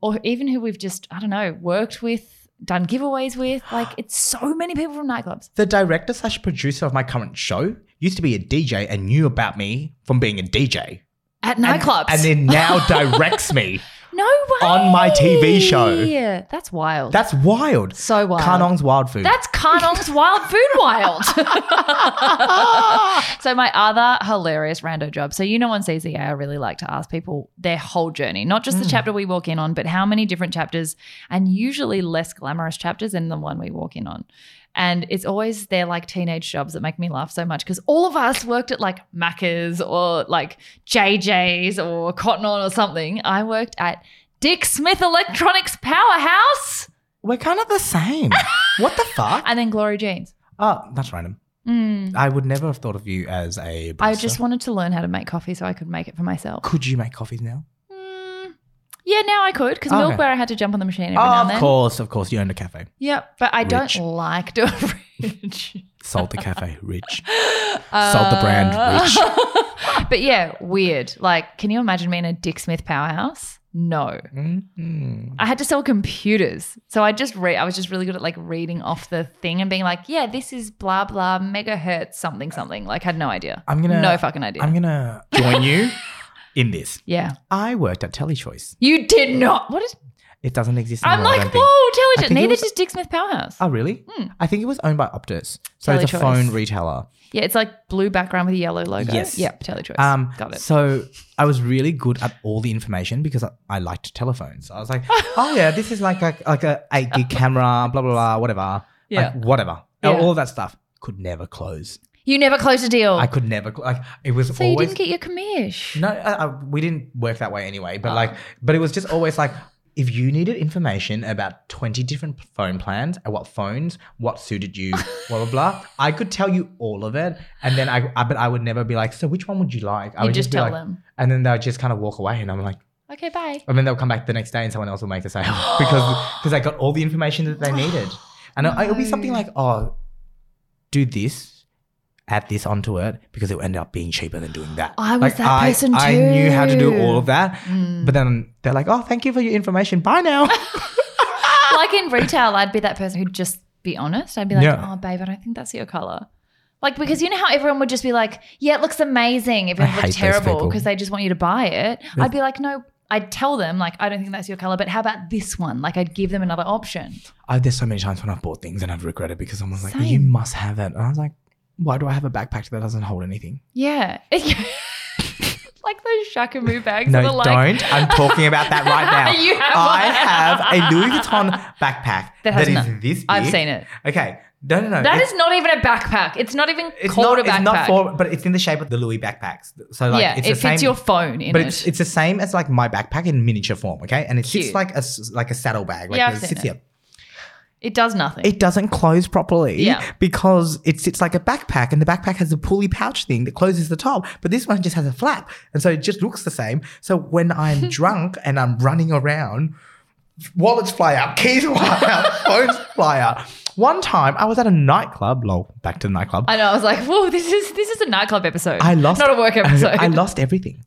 Speaker 1: or even who we've just I don't know worked with, done giveaways with. Like it's so many people from nightclubs.
Speaker 3: The director slash producer of my current show used to be a DJ and knew about me from being a DJ,
Speaker 1: At nightclubs.
Speaker 3: and then now directs me.
Speaker 1: no way.
Speaker 3: on my TV show.
Speaker 1: Yeah. That's wild.
Speaker 3: That's wild.
Speaker 1: so wild.
Speaker 3: Kanong's wild food.
Speaker 1: That's Carnong's wild food wild. so my other hilarious rando job. So you know on CCA I really like to ask people their whole journey, not just the
Speaker 3: Mm.
Speaker 1: chapter we walk in on, but how many different chapters and usually less glamorous chapters than the one we walk in on. And it's always their like teenage jobs that make me laugh so much because all of us worked at like Macca's or like JJ's or Cotton On or something. I worked at Dick Smith Electronics Powerhouse
Speaker 3: We're kind of the same. what the fuck?
Speaker 1: and then Glory Jeans.
Speaker 3: Oh, that's random.
Speaker 1: Mm.
Speaker 3: I would never have thought of you as a.
Speaker 1: I
Speaker 3: barista.
Speaker 1: just wanted to learn how to make coffee so I could make it for myself.
Speaker 3: Could you make coffees now?
Speaker 1: Mm, yeah, now I could because
Speaker 3: Okay.
Speaker 1: Milkware I had to jump on the machine every now
Speaker 3: Oh,
Speaker 1: and
Speaker 3: of
Speaker 1: then.
Speaker 3: course, of course. You own a cafe.
Speaker 1: Yep, but I
Speaker 3: Rich.
Speaker 1: don't like doing rich.
Speaker 3: Sold the cafe, rich.
Speaker 1: Sold
Speaker 3: the brand,
Speaker 1: rich. Uh, but yeah, weird. Like, can you imagine me in a Dick Smith powerhouse? No.
Speaker 3: Mhm.
Speaker 1: I had to sell computers. So I just read, I was just really good at like reading off the thing and being like, yeah, this is blah, blah, megahertz, something, something. Like, had no idea.
Speaker 3: I'm gonna-
Speaker 1: no fucking idea.
Speaker 3: I'm gonna join you in this.
Speaker 1: yeah.
Speaker 3: I worked at Telechoice.
Speaker 1: You did not. What is,
Speaker 3: It doesn't exist
Speaker 1: I'm
Speaker 3: anymore. I
Speaker 1: like,
Speaker 3: don't think.
Speaker 1: whoa,
Speaker 3: I
Speaker 1: Telejet.
Speaker 3: think it
Speaker 1: Neither
Speaker 3: was-
Speaker 1: does Dick Smith Powerhouse.
Speaker 3: Oh, really?
Speaker 1: Hmm.
Speaker 3: I think it was owned by Optus. So it's a
Speaker 1: Telechoice.
Speaker 3: phone retailer.
Speaker 1: yeah, it's like blue background with a yellow logo.
Speaker 3: Yes.
Speaker 1: Yep, Telechoice.
Speaker 3: Um,
Speaker 1: Got it.
Speaker 3: So I was really good at all the information because I, I liked telephones. I was like, oh yeah, this is like a like a eight gig camera, blah blah blah, whatever.
Speaker 1: Yeah.
Speaker 3: Like, whatever.
Speaker 1: Yeah.
Speaker 3: All that stuff could never close.
Speaker 1: you never close a deal.
Speaker 3: I could never cl- like it was
Speaker 1: so you
Speaker 3: always
Speaker 1: didn't get your commish.
Speaker 3: No, I, I, we didn't work that way anyway. But
Speaker 1: Oh.
Speaker 3: like, but it was just always like, if you needed information about twenty different phone plans and what phones, what suited you, blah blah blah, I could tell you all of it, and then I, I but I would never be like, so which one would you like? I
Speaker 1: you
Speaker 3: would
Speaker 1: just
Speaker 3: be
Speaker 1: tell
Speaker 3: like-
Speaker 1: them.
Speaker 3: and then they would just kind of walk away, and I'm like,
Speaker 1: Okay, bye.
Speaker 3: and then they'll come back the next day, and someone else will make the sale because because I got all the information that they needed, and I- it'll be something
Speaker 1: No.
Speaker 3: like, oh, do this. Add this onto it because it will end up being cheaper than doing that.
Speaker 1: I was
Speaker 3: Like,
Speaker 1: that person
Speaker 3: I knew how to do all of
Speaker 1: too. Mm.
Speaker 3: that. But then they're like, oh, thank you for your information. Bye now. Ah!
Speaker 1: like in retail, I'd be that person who'd just be honest. I'd be like,
Speaker 3: Yeah.
Speaker 1: oh, babe, I don't think that's your color. Like, because you know how everyone would just be like, yeah, it looks amazing. If it
Speaker 3: I hate
Speaker 1: looks
Speaker 3: those
Speaker 1: terrible
Speaker 3: people.
Speaker 1: because they just want you to buy it, I'd be like, no, I'd tell them, like, I don't think that's your color, but how about this one? Like, I'd give them another option.
Speaker 3: I, Oh, there's so many times when I've bought things and I've regretted because someone's like, you
Speaker 1: Same.
Speaker 3: must have it. And I was like, why do I have a backpack that doesn't hold anything?
Speaker 1: Yeah. like those Shakamu bags
Speaker 3: No,
Speaker 1: that are like,
Speaker 3: don't. I'm talking about that right now.
Speaker 1: You have
Speaker 3: I
Speaker 1: one.
Speaker 3: have a Louis Vuitton backpack
Speaker 1: That
Speaker 3: that
Speaker 1: has
Speaker 3: is
Speaker 1: none.
Speaker 3: this big.
Speaker 1: I've seen it.
Speaker 3: Okay. No, no, no.
Speaker 1: That
Speaker 3: It's-
Speaker 1: is not even a backpack. It's not even
Speaker 3: it's
Speaker 1: called
Speaker 3: not,
Speaker 1: a backpack.
Speaker 3: It's not for, but it's in the shape of the Louis backpacks. So like,
Speaker 1: yeah,
Speaker 3: it's
Speaker 1: it
Speaker 3: the same.
Speaker 1: fits your phone in
Speaker 3: but
Speaker 1: it.
Speaker 3: it's, it's the same as like my backpack in miniature form, okay? And it sits
Speaker 1: Cute.
Speaker 3: like a s- like a saddlebag, like
Speaker 1: Yeah,
Speaker 3: it
Speaker 1: I've seen it.
Speaker 3: sits here.
Speaker 1: It does nothing.
Speaker 3: It doesn't close properly
Speaker 1: Yeah.
Speaker 3: because it sits like a backpack and the backpack has a pulley pouch thing that closes the top, but this one just has a flap. And so it just looks the same. So when I'm drunk and I'm running around, wallets fly out, keys fly out, phones fly out. One time I was at a nightclub, lol, back to the nightclub.
Speaker 1: I know. I was like, whoa, this is this is a nightclub episode.
Speaker 3: I lost
Speaker 1: not a work episode.
Speaker 3: I lost everything.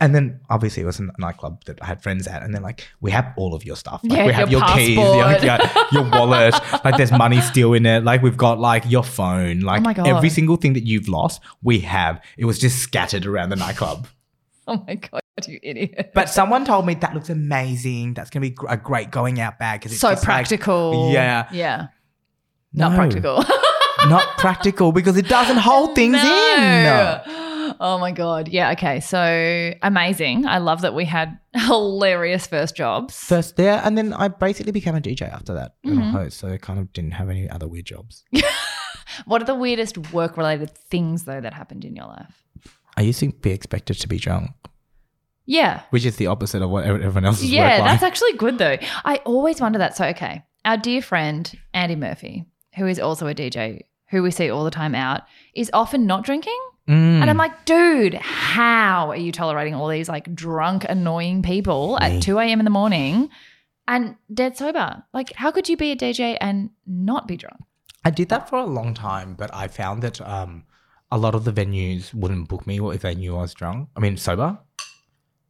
Speaker 3: And then obviously it was a nightclub that I had friends at, and they're like, "We have all of your stuff. Like,
Speaker 1: Yeah,
Speaker 3: we have
Speaker 1: your
Speaker 3: your, keys, your,
Speaker 1: passport."
Speaker 3: your, your wallet. like, there's money still in it. Like, we've got like your phone. Like,
Speaker 1: Oh my God.
Speaker 3: every single thing that you've lost, we have. It was just scattered around the nightclub.
Speaker 1: oh my god, you idiot!
Speaker 3: But someone told me that looks amazing. That's gonna be gr- a great going out bag because it's
Speaker 1: so
Speaker 3: just, like,
Speaker 1: practical.
Speaker 3: yeah.
Speaker 1: Yeah. Not
Speaker 3: No,
Speaker 1: practical.
Speaker 3: not practical because it doesn't hold things in.
Speaker 1: No. Oh my god. Yeah. Okay. So amazing. I love that we had hilarious first jobs.
Speaker 3: first there, and then I basically became a DJ after that and a
Speaker 1: Mhm.
Speaker 3: host. So I kind of didn't have any other weird jobs.
Speaker 1: what are the weirdest work-related things though that happened in your life?
Speaker 3: I used to be expected to be drunk,
Speaker 1: Yeah.
Speaker 3: which is the opposite of what ev- everyone else's
Speaker 1: Yeah,
Speaker 3: work
Speaker 1: that's
Speaker 3: life.
Speaker 1: actually good though. I always wonder that. So, okay, our dear friend Andy Murphy, who is also a DJ, who we see all the time out, is often not drinking,
Speaker 3: Mm.
Speaker 1: and I'm like, dude, how are you tolerating all these like drunk, annoying people
Speaker 3: Me.
Speaker 1: at 2 a.m. in the morning and dead sober? Like, how could you be a DJ and not be drunk?
Speaker 3: I did that for a long time, but I found that um, a lot of the venues wouldn't book me if they knew I was drunk. I mean, sober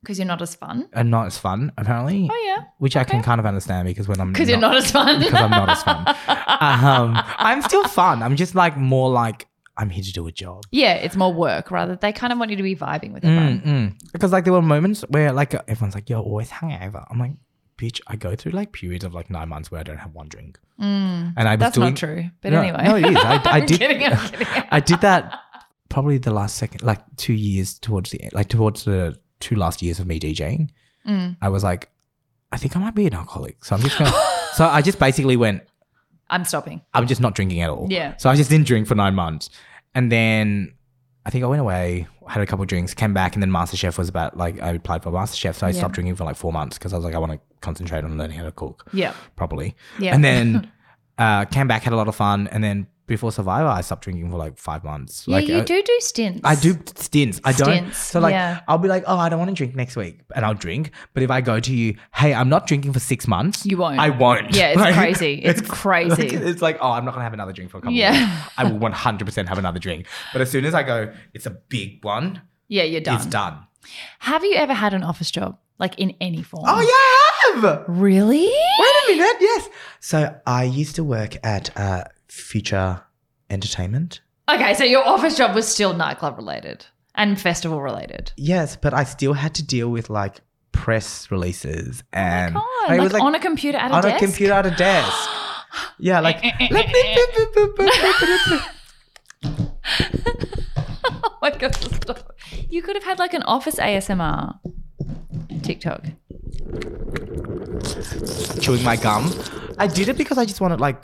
Speaker 1: Because you're not as fun.
Speaker 3: and not as fun, apparently,
Speaker 1: Oh yeah,
Speaker 3: which I can kind of understand because when I'm
Speaker 1: because you're not as fun.
Speaker 3: because I'm not as fun. um, I'm still fun. I'm just like more like I'm here to do a job.
Speaker 1: yeah, it's more work rather. They kind of want you to be vibing with everyone.
Speaker 3: Mm, mm. Because like there were moments where like everyone's like, "You're always hungover." I'm like, "Bitch, I go through like periods of like nine months where I don't have one drink."
Speaker 1: Mm.
Speaker 3: And I was
Speaker 1: That's
Speaker 3: doing
Speaker 1: not true. But
Speaker 3: No,
Speaker 1: anyway.
Speaker 3: no, it is. I- I
Speaker 1: I'm
Speaker 3: did-
Speaker 1: Kidding, I'm kidding.
Speaker 3: I did that probably the last second, like two years towards the end, like towards the two last years of me DJing.
Speaker 1: Mm.
Speaker 3: I was like, I think I might be an alcoholic, so I'm just gonna. so I just basically went.
Speaker 1: I'm stopping.
Speaker 3: I'm just not drinking at all.
Speaker 1: Yeah.
Speaker 3: So I just didn't drink for nine months, and then I think I went away, had a couple of drinks, came back, and then MasterChef was about like I applied for MasterChef, so I
Speaker 1: Yeah.
Speaker 3: stopped drinking for like four months because I was like I want to concentrate on learning how to cook
Speaker 1: Yeah.
Speaker 3: properly.
Speaker 1: Yeah.
Speaker 3: And then uh, came back, had a lot of fun, and then before Survivor, I stopped drinking for like five months.
Speaker 1: yeah,
Speaker 3: like,
Speaker 1: you
Speaker 3: uh,
Speaker 1: do do stints.
Speaker 3: I do stints. I don't.
Speaker 1: Stints,
Speaker 3: So like,
Speaker 1: yeah.
Speaker 3: I'll be like, oh, I don't want to drink next week, and I'll drink. But if I go to you, hey, I'm not drinking for six months.
Speaker 1: You won't.
Speaker 3: I won't.
Speaker 1: Yeah, it's
Speaker 3: Like,
Speaker 1: crazy. It's,
Speaker 3: like,
Speaker 1: crazy.
Speaker 3: it's like, oh, I'm not gonna have another drink for a couple.
Speaker 1: Yeah.
Speaker 3: Of weeks. I will 100 percent have another drink. But as soon as I go, it's a big one.
Speaker 1: yeah, you're done.
Speaker 3: It's done.
Speaker 1: Have you ever had an office job, like in any form?
Speaker 3: Oh yeah, I have.
Speaker 1: Really?
Speaker 3: Wait a minute. Yes. So I used to work at uh, Future Entertainment.
Speaker 1: Okay, so your office job was still nightclub related and festival related.
Speaker 3: Yes, but I still had to deal with like press releases and
Speaker 1: God,
Speaker 3: I
Speaker 1: like,
Speaker 3: was like
Speaker 1: on a computer at a
Speaker 3: on
Speaker 1: desk.
Speaker 3: a computer at a desk. Yeah, like
Speaker 1: oh my god! Stop. You could have had like an office ASMR TikTok.
Speaker 3: chewing my gum. I did it because I just wanted like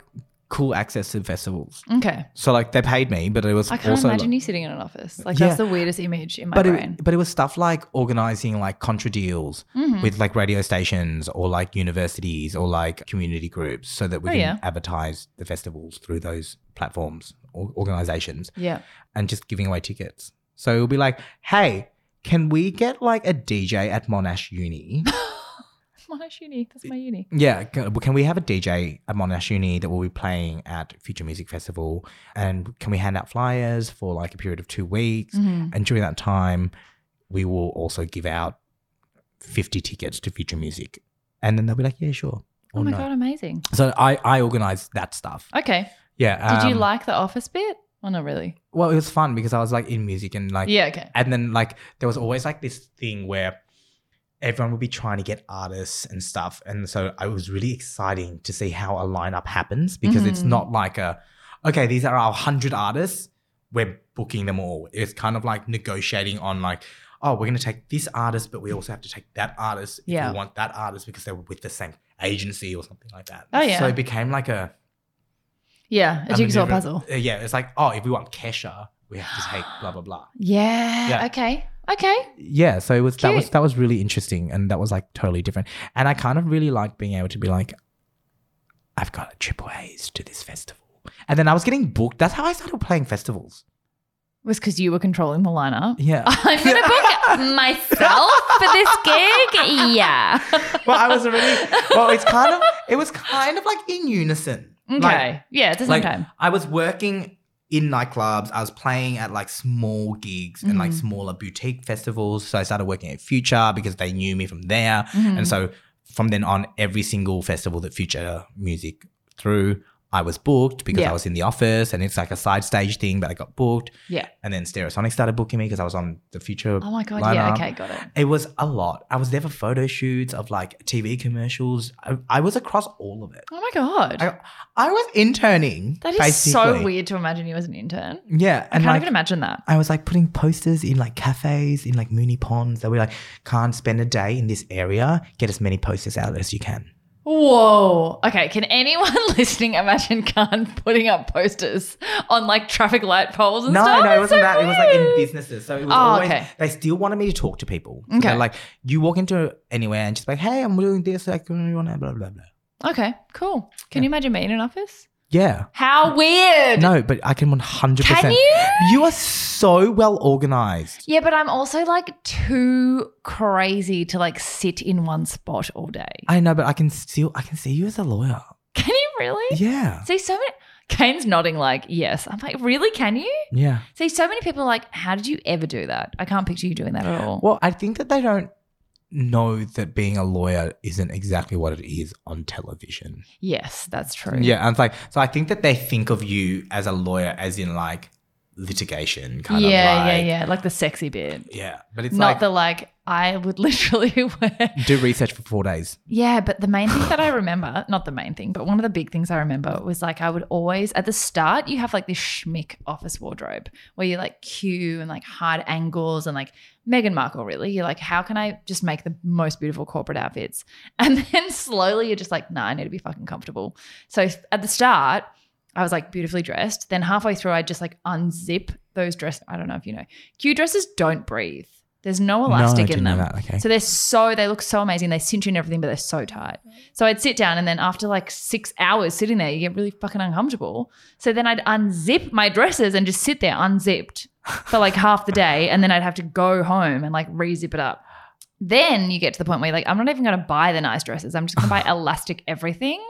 Speaker 3: cool access to festivals.
Speaker 1: Okay,
Speaker 3: So like they paid me, but it was
Speaker 1: I can't
Speaker 3: also
Speaker 1: imagine you sitting in an office. Like
Speaker 3: Yeah.
Speaker 1: that's the weirdest image in my
Speaker 3: but
Speaker 1: brain.
Speaker 3: it, but it was stuff like organizing like contra deals
Speaker 1: Mm-hmm.
Speaker 3: with like radio stations or like universities or like community groups so that we
Speaker 1: Oh,
Speaker 3: can
Speaker 1: yeah.
Speaker 3: advertise the festivals through those platforms or organizations.
Speaker 1: yeah.
Speaker 3: and just giving away tickets. So it'll be like, hey, can we get like a DJ at Monash Uni?
Speaker 1: Monash Uni. That's my uni.
Speaker 3: yeah, can can we have a DJ at Monash Uni that will be playing at Future Music Festival? And can we hand out flyers for like a period of two weeks?
Speaker 1: Mm-hmm.
Speaker 3: And during that time, we will also give out 50 tickets to Future Music. And then they'll be like, yeah, sure.
Speaker 1: Oh
Speaker 3: or
Speaker 1: my
Speaker 3: no.
Speaker 1: god, amazing.
Speaker 3: So I, I organized that stuff.
Speaker 1: Okay.
Speaker 3: Yeah.
Speaker 1: Did you
Speaker 3: um,
Speaker 1: like the office bit? Oh, not really.
Speaker 3: Well, it was fun because I was like in music and like
Speaker 1: yeah. Okay.
Speaker 3: And then like there was always like this thing where everyone would be trying to get artists and stuff. And so it was really exciting to see how a lineup happens because it's
Speaker 1: Mhm.
Speaker 3: not like a okay, these are our hundred artists. We're booking them all. It's kind of like negotiating on like, oh, we're gonna take this artist, but we also have to take that artist if
Speaker 1: Yeah.
Speaker 3: we want that artist because they were with the same agency or something like that.
Speaker 1: Oh, yeah.
Speaker 3: So it became like a
Speaker 1: Yeah. A jigsaw
Speaker 3: maneuver-
Speaker 1: puzzle.
Speaker 3: Uh, Yeah, it's like, oh, if we want Kesha, we have to take blah blah blah.
Speaker 1: Yeah.
Speaker 3: Yeah.
Speaker 1: Okay. Okay.
Speaker 3: yeah so it was that was
Speaker 1: Cute.
Speaker 3: that was really interesting and that was like totally different and i kind of really liked being able to be like I've got a triple A's to this festival. And then I was getting booked. That's how I started playing festivals.
Speaker 1: was because you were controlling the lineup.
Speaker 3: Yeah.
Speaker 1: I'm gonna book myself for this gig. Yeah.
Speaker 3: well, I was already. Well, it's kind of. It was kind of like in unison.
Speaker 1: Okay.
Speaker 3: Like,
Speaker 1: yeah, at the same
Speaker 3: like,
Speaker 1: time.
Speaker 3: I was working in nightclubs. I was playing at like small gigs and like
Speaker 1: Mhm.
Speaker 3: smaller boutique festivals. So I started working at Future because they knew me from there.
Speaker 1: Mm-hmm.
Speaker 3: And so from then on, every single festival that Future Music threw, I was booked because
Speaker 1: Yeah.
Speaker 3: I was in the office and it's like a side stage thing, but I got booked.
Speaker 1: Yeah.
Speaker 3: And then Stereosonic started booking me because I was on the Future.
Speaker 1: Oh my god.
Speaker 3: lineup.
Speaker 1: Yeah. Okay. Got it.
Speaker 3: It was a lot. I was there for photo shoots of like TV commercials. I, I was across all of it.
Speaker 1: Oh my god.
Speaker 3: I- I was interning.
Speaker 1: that is so
Speaker 3: basically.
Speaker 1: weird to imagine you as an intern.
Speaker 3: Yeah.
Speaker 1: I
Speaker 3: And
Speaker 1: can't
Speaker 3: like,
Speaker 1: even imagine that.
Speaker 3: I was like putting posters in like cafes, in like Mooney Ponds that were like, can't spend a day in this area. Get as many posters out as you can.
Speaker 1: Whoa. Okay. Can anyone listening imagine Khan putting up posters on like traffic light poles and
Speaker 3: No,
Speaker 1: stuff?
Speaker 3: no, it
Speaker 1: It's
Speaker 3: wasn't
Speaker 1: so
Speaker 3: that. It was like in
Speaker 1: weird.
Speaker 3: businesses. So it was
Speaker 1: Oh,
Speaker 3: always,
Speaker 1: okay.
Speaker 3: they still wanted me to talk to people. So
Speaker 1: Okay.
Speaker 3: they're Like you walk into anywhere and just like, hey, I'm doing this. Like, you want to blah, blah, blah.
Speaker 1: Okay. Cool. Can you imagine me in an office?
Speaker 3: Yeah.
Speaker 1: How weird.
Speaker 3: No, but I can 100%.
Speaker 1: Can you?
Speaker 3: You are so well organized.
Speaker 1: Yeah, but I'm also like too crazy to like sit in one spot all day.
Speaker 3: I know, but I can still, I can see you as a lawyer.
Speaker 1: Can you really?
Speaker 3: Yeah.
Speaker 1: See, so many. Kane's nodding like, yes. I'm like, really? Can you?
Speaker 3: Yeah.
Speaker 1: See, so many people are like, how did you ever do that? I can't picture you doing that at all.
Speaker 3: Well, I think that they don't know that being a lawyer isn't exactly what it is on television.
Speaker 1: Yes, that's true.
Speaker 3: Yeah, and it's like so. I think that they think of you as a lawyer, as in like litigation, kind
Speaker 1: yeah,
Speaker 3: of like
Speaker 1: yeah, yeah. Like the sexy bit.
Speaker 3: yeah. But it's
Speaker 1: Not
Speaker 3: like
Speaker 1: the like, I would literally wear.
Speaker 3: do research for four days.
Speaker 1: Yeah, but the main thing that I remember, not the main thing, but one of the big things I remember was like I would always at the start you have like this schmick office wardrobe where you like cue and like hard angles and like Meghan Markle really. You're like, how can I just make the most beautiful corporate outfits? And then slowly you're just like, nah, I need to be fucking comfortable. So at the start, I was like beautifully dressed. Then halfway through, I just like unzip those dress. I don't know if you know. Q dresses don't breathe. There's no elastic in them.
Speaker 3: Okay.
Speaker 1: So they're so they look so amazing. They cinch in everything, but they're so tight. So I'd sit down, and then after like six hours sitting there, you get really fucking uncomfortable. So then I'd unzip my dresses and just sit there unzipped for like half the day, and then I'd have to go home and like rezip it up. Then you get to the point where you're like, I'm not even going to buy the nice dresses. I'm just going to buy elastic everything.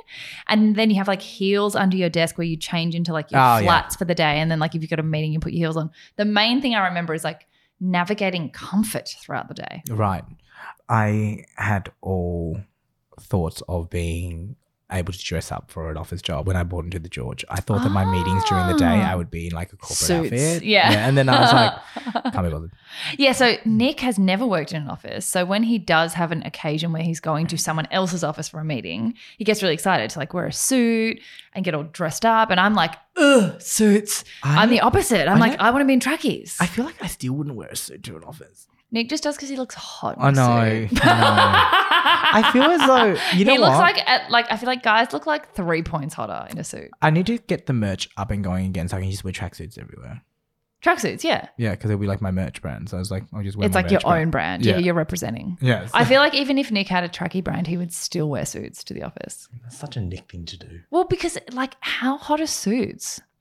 Speaker 1: And then you have like heels under your desk where you change into like your
Speaker 3: Oh, yeah.
Speaker 1: flats for the day. And then like if you've got a meeting, you put your heels on. The main thing I remember is like navigating comfort throughout the day.
Speaker 3: right. I had all thoughts of being able to dress up for an office job when I bought into the George. I thought that my meetings during the day
Speaker 1: Ah.
Speaker 3: I would be in like a corporate
Speaker 1: Suits,
Speaker 3: outfit.
Speaker 1: yeah.
Speaker 3: And then I was like, can't be bothered.
Speaker 1: yeah, so Nick has never worked in an office. So when he does have an occasion where he's going to someone else's office for a meeting, he gets really excited to like wear a suit and get all dressed up. And I'm like, ugh, suits.
Speaker 3: I,
Speaker 1: I'm the opposite. I'm
Speaker 3: I
Speaker 1: like,
Speaker 3: don't-
Speaker 1: I want to be in trackies.
Speaker 3: I feel like I still wouldn't wear a suit to an office.
Speaker 1: Nick just does because he looks hot. in
Speaker 3: I
Speaker 1: a
Speaker 3: know,
Speaker 1: suit.
Speaker 3: I know. I feel as though- you know
Speaker 1: he looks
Speaker 3: what?
Speaker 1: like at, like I feel like guys look like three points hotter in a suit.
Speaker 3: I need to get the merch up and going again so I can just wear tracksuits everywhere.
Speaker 1: Tracksuits, yeah.
Speaker 3: Yeah, because it'll be like my merch brand. So I was like, I'll just wear
Speaker 1: it's
Speaker 3: my
Speaker 1: like your
Speaker 3: merch brand.
Speaker 1: own brand.
Speaker 3: Yeah.
Speaker 1: yeah, you're representing.
Speaker 3: Yes.
Speaker 1: I feel like even if Nick had a trackie brand, he would still wear suits to the office.
Speaker 3: That's such a Nick thing to do.
Speaker 1: Well, because like how hot are suits?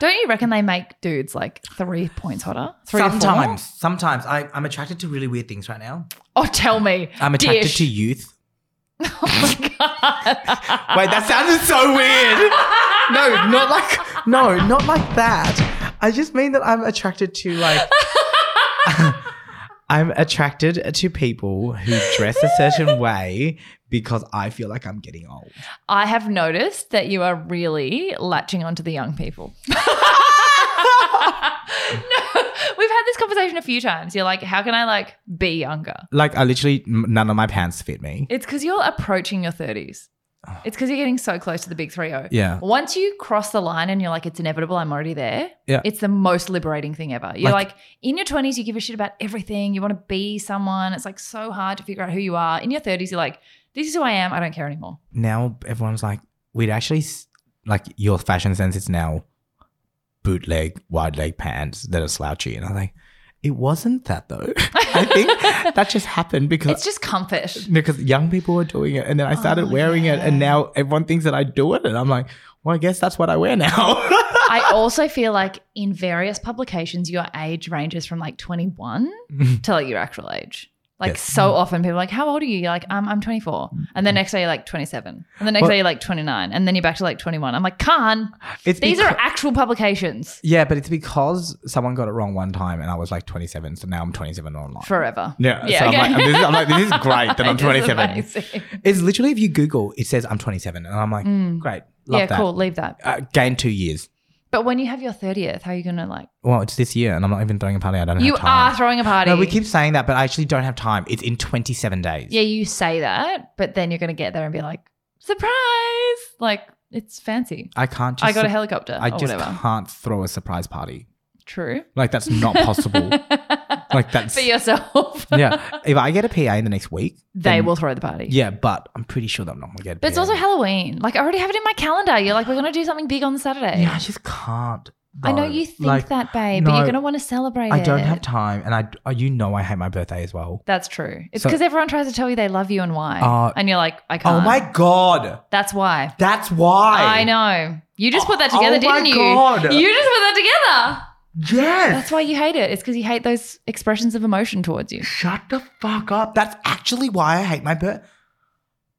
Speaker 1: Don't you reckon they make dudes like three points hotter? Three to four?
Speaker 3: sometimes, sometimes I, I'm attracted to really weird things right now.
Speaker 1: Oh, tell me.
Speaker 3: I'm attracted
Speaker 1: Dish.
Speaker 3: to youth.
Speaker 1: Oh my god.
Speaker 3: Wait, that sounded so weird. No, not like no, not like that. I just mean that I'm attracted to like. I'm attracted to people who dress a certain way because I feel like I'm getting old.
Speaker 1: I have noticed that you are really latching onto the young people. no, we've had this conversation a few times. You're like, how can I like be younger?
Speaker 3: Like I literally m- none of my pants fit me.
Speaker 1: It's because you're approaching your 30s. It's because you're getting so close to the big 3 0.
Speaker 3: Yeah.
Speaker 1: Once you cross the line and you're like, it's inevitable, I'm already there.
Speaker 3: Yeah.
Speaker 1: It's the most liberating thing ever. You're
Speaker 3: Like-
Speaker 1: like, in your 20s, you give a shit about everything. You want to be someone. It's like so hard to figure out who you are. In your 30s, you're like, this is who I am. I don't care anymore.
Speaker 3: Now everyone's like, we'd actually s- like your fashion sense is now bootleg wide leg pants that are slouchy, and I'm like, It wasn't that though. I think that just happened
Speaker 1: It's
Speaker 3: because
Speaker 1: just comfort.
Speaker 3: because young people were doing it, and then I started
Speaker 1: Oh,
Speaker 3: wearing it, and
Speaker 1: yeah.
Speaker 3: now everyone thinks that I do it, and I'm like, well, I guess that's what I wear now.
Speaker 1: I also feel like in various publications, your age ranges from like 21 to like your actual age. Like
Speaker 3: Mm-hmm. Yes. Mm-hmm.
Speaker 1: so often, people are like, "How old are you?" You're like, "I'm I'm 24," and the next day you're like 27, and the next
Speaker 3: Well-
Speaker 1: day you're like 29, and then you're back to like 21. I'm like, "Khan,
Speaker 3: It's
Speaker 1: these
Speaker 3: becau-
Speaker 1: are actual publications
Speaker 3: yeah, but it's because someone got it wrong one time, and I was like 27, so now I'm 27 online.
Speaker 1: forever."
Speaker 3: yeah,
Speaker 1: Yeah,
Speaker 3: so
Speaker 1: okay.
Speaker 3: I'm, like, this is, I'm like, this is great that I'm
Speaker 1: It's
Speaker 3: 27.
Speaker 1: amazing.
Speaker 3: It's literally if you Google, it says I'm 27, and I'm like,
Speaker 1: Mm.
Speaker 3: great, love
Speaker 1: Yeah,
Speaker 3: that.
Speaker 1: cool. Leave that.
Speaker 3: Uh, gain two years.
Speaker 1: But when you have your 30th, how are you gonna like?
Speaker 3: Well, it's this year, and I'm not even throwing a party. I don't
Speaker 1: You
Speaker 3: have time.
Speaker 1: are throwing a party.
Speaker 3: No, we keep saying that, but I actually don't have time. It's in 27 days.
Speaker 1: Yeah, you say that, but then you're gonna get there and be like, "Surprise!" Like it's fancy.
Speaker 3: I can't. Just,
Speaker 1: I got a helicopter.
Speaker 3: I
Speaker 1: or
Speaker 3: just
Speaker 1: whatever.
Speaker 3: can't throw a surprise party.
Speaker 1: True.
Speaker 3: Like that's not possible. like that's
Speaker 1: for yourself.
Speaker 3: yeah. If I get a PA in the next week,
Speaker 1: they
Speaker 3: then-
Speaker 1: will throw the party.
Speaker 3: Yeah, but I'm pretty sure that I'm not gonna get. A
Speaker 1: But it's
Speaker 3: PA.
Speaker 1: also Halloween. Like I already have it in my calendar. You're like, we're gonna do something big on Saturday.
Speaker 3: Yeah, I just can't.
Speaker 1: I know
Speaker 3: though.
Speaker 1: you think
Speaker 3: Like,
Speaker 1: that, babe, but
Speaker 3: no,
Speaker 1: you're gonna want to celebrate.
Speaker 3: I don't
Speaker 1: it.
Speaker 3: have time, and I, oh, you know, I hate my birthday as well.
Speaker 1: That's true. It's
Speaker 3: So-
Speaker 1: because everyone tries to tell you they love you and why,
Speaker 3: Uh,
Speaker 1: and you're like, I can't.
Speaker 3: Oh my god,
Speaker 1: That's why.
Speaker 3: that's why.
Speaker 1: I know. You just put that
Speaker 3: Oh,
Speaker 1: together,
Speaker 3: oh my
Speaker 1: didn't you?
Speaker 3: God.
Speaker 1: You just put that together.
Speaker 3: Yes.
Speaker 1: That's why you hate it. It's because you hate those expressions of emotion towards you.
Speaker 3: Shut the fuck up. That's actually why I hate my birth.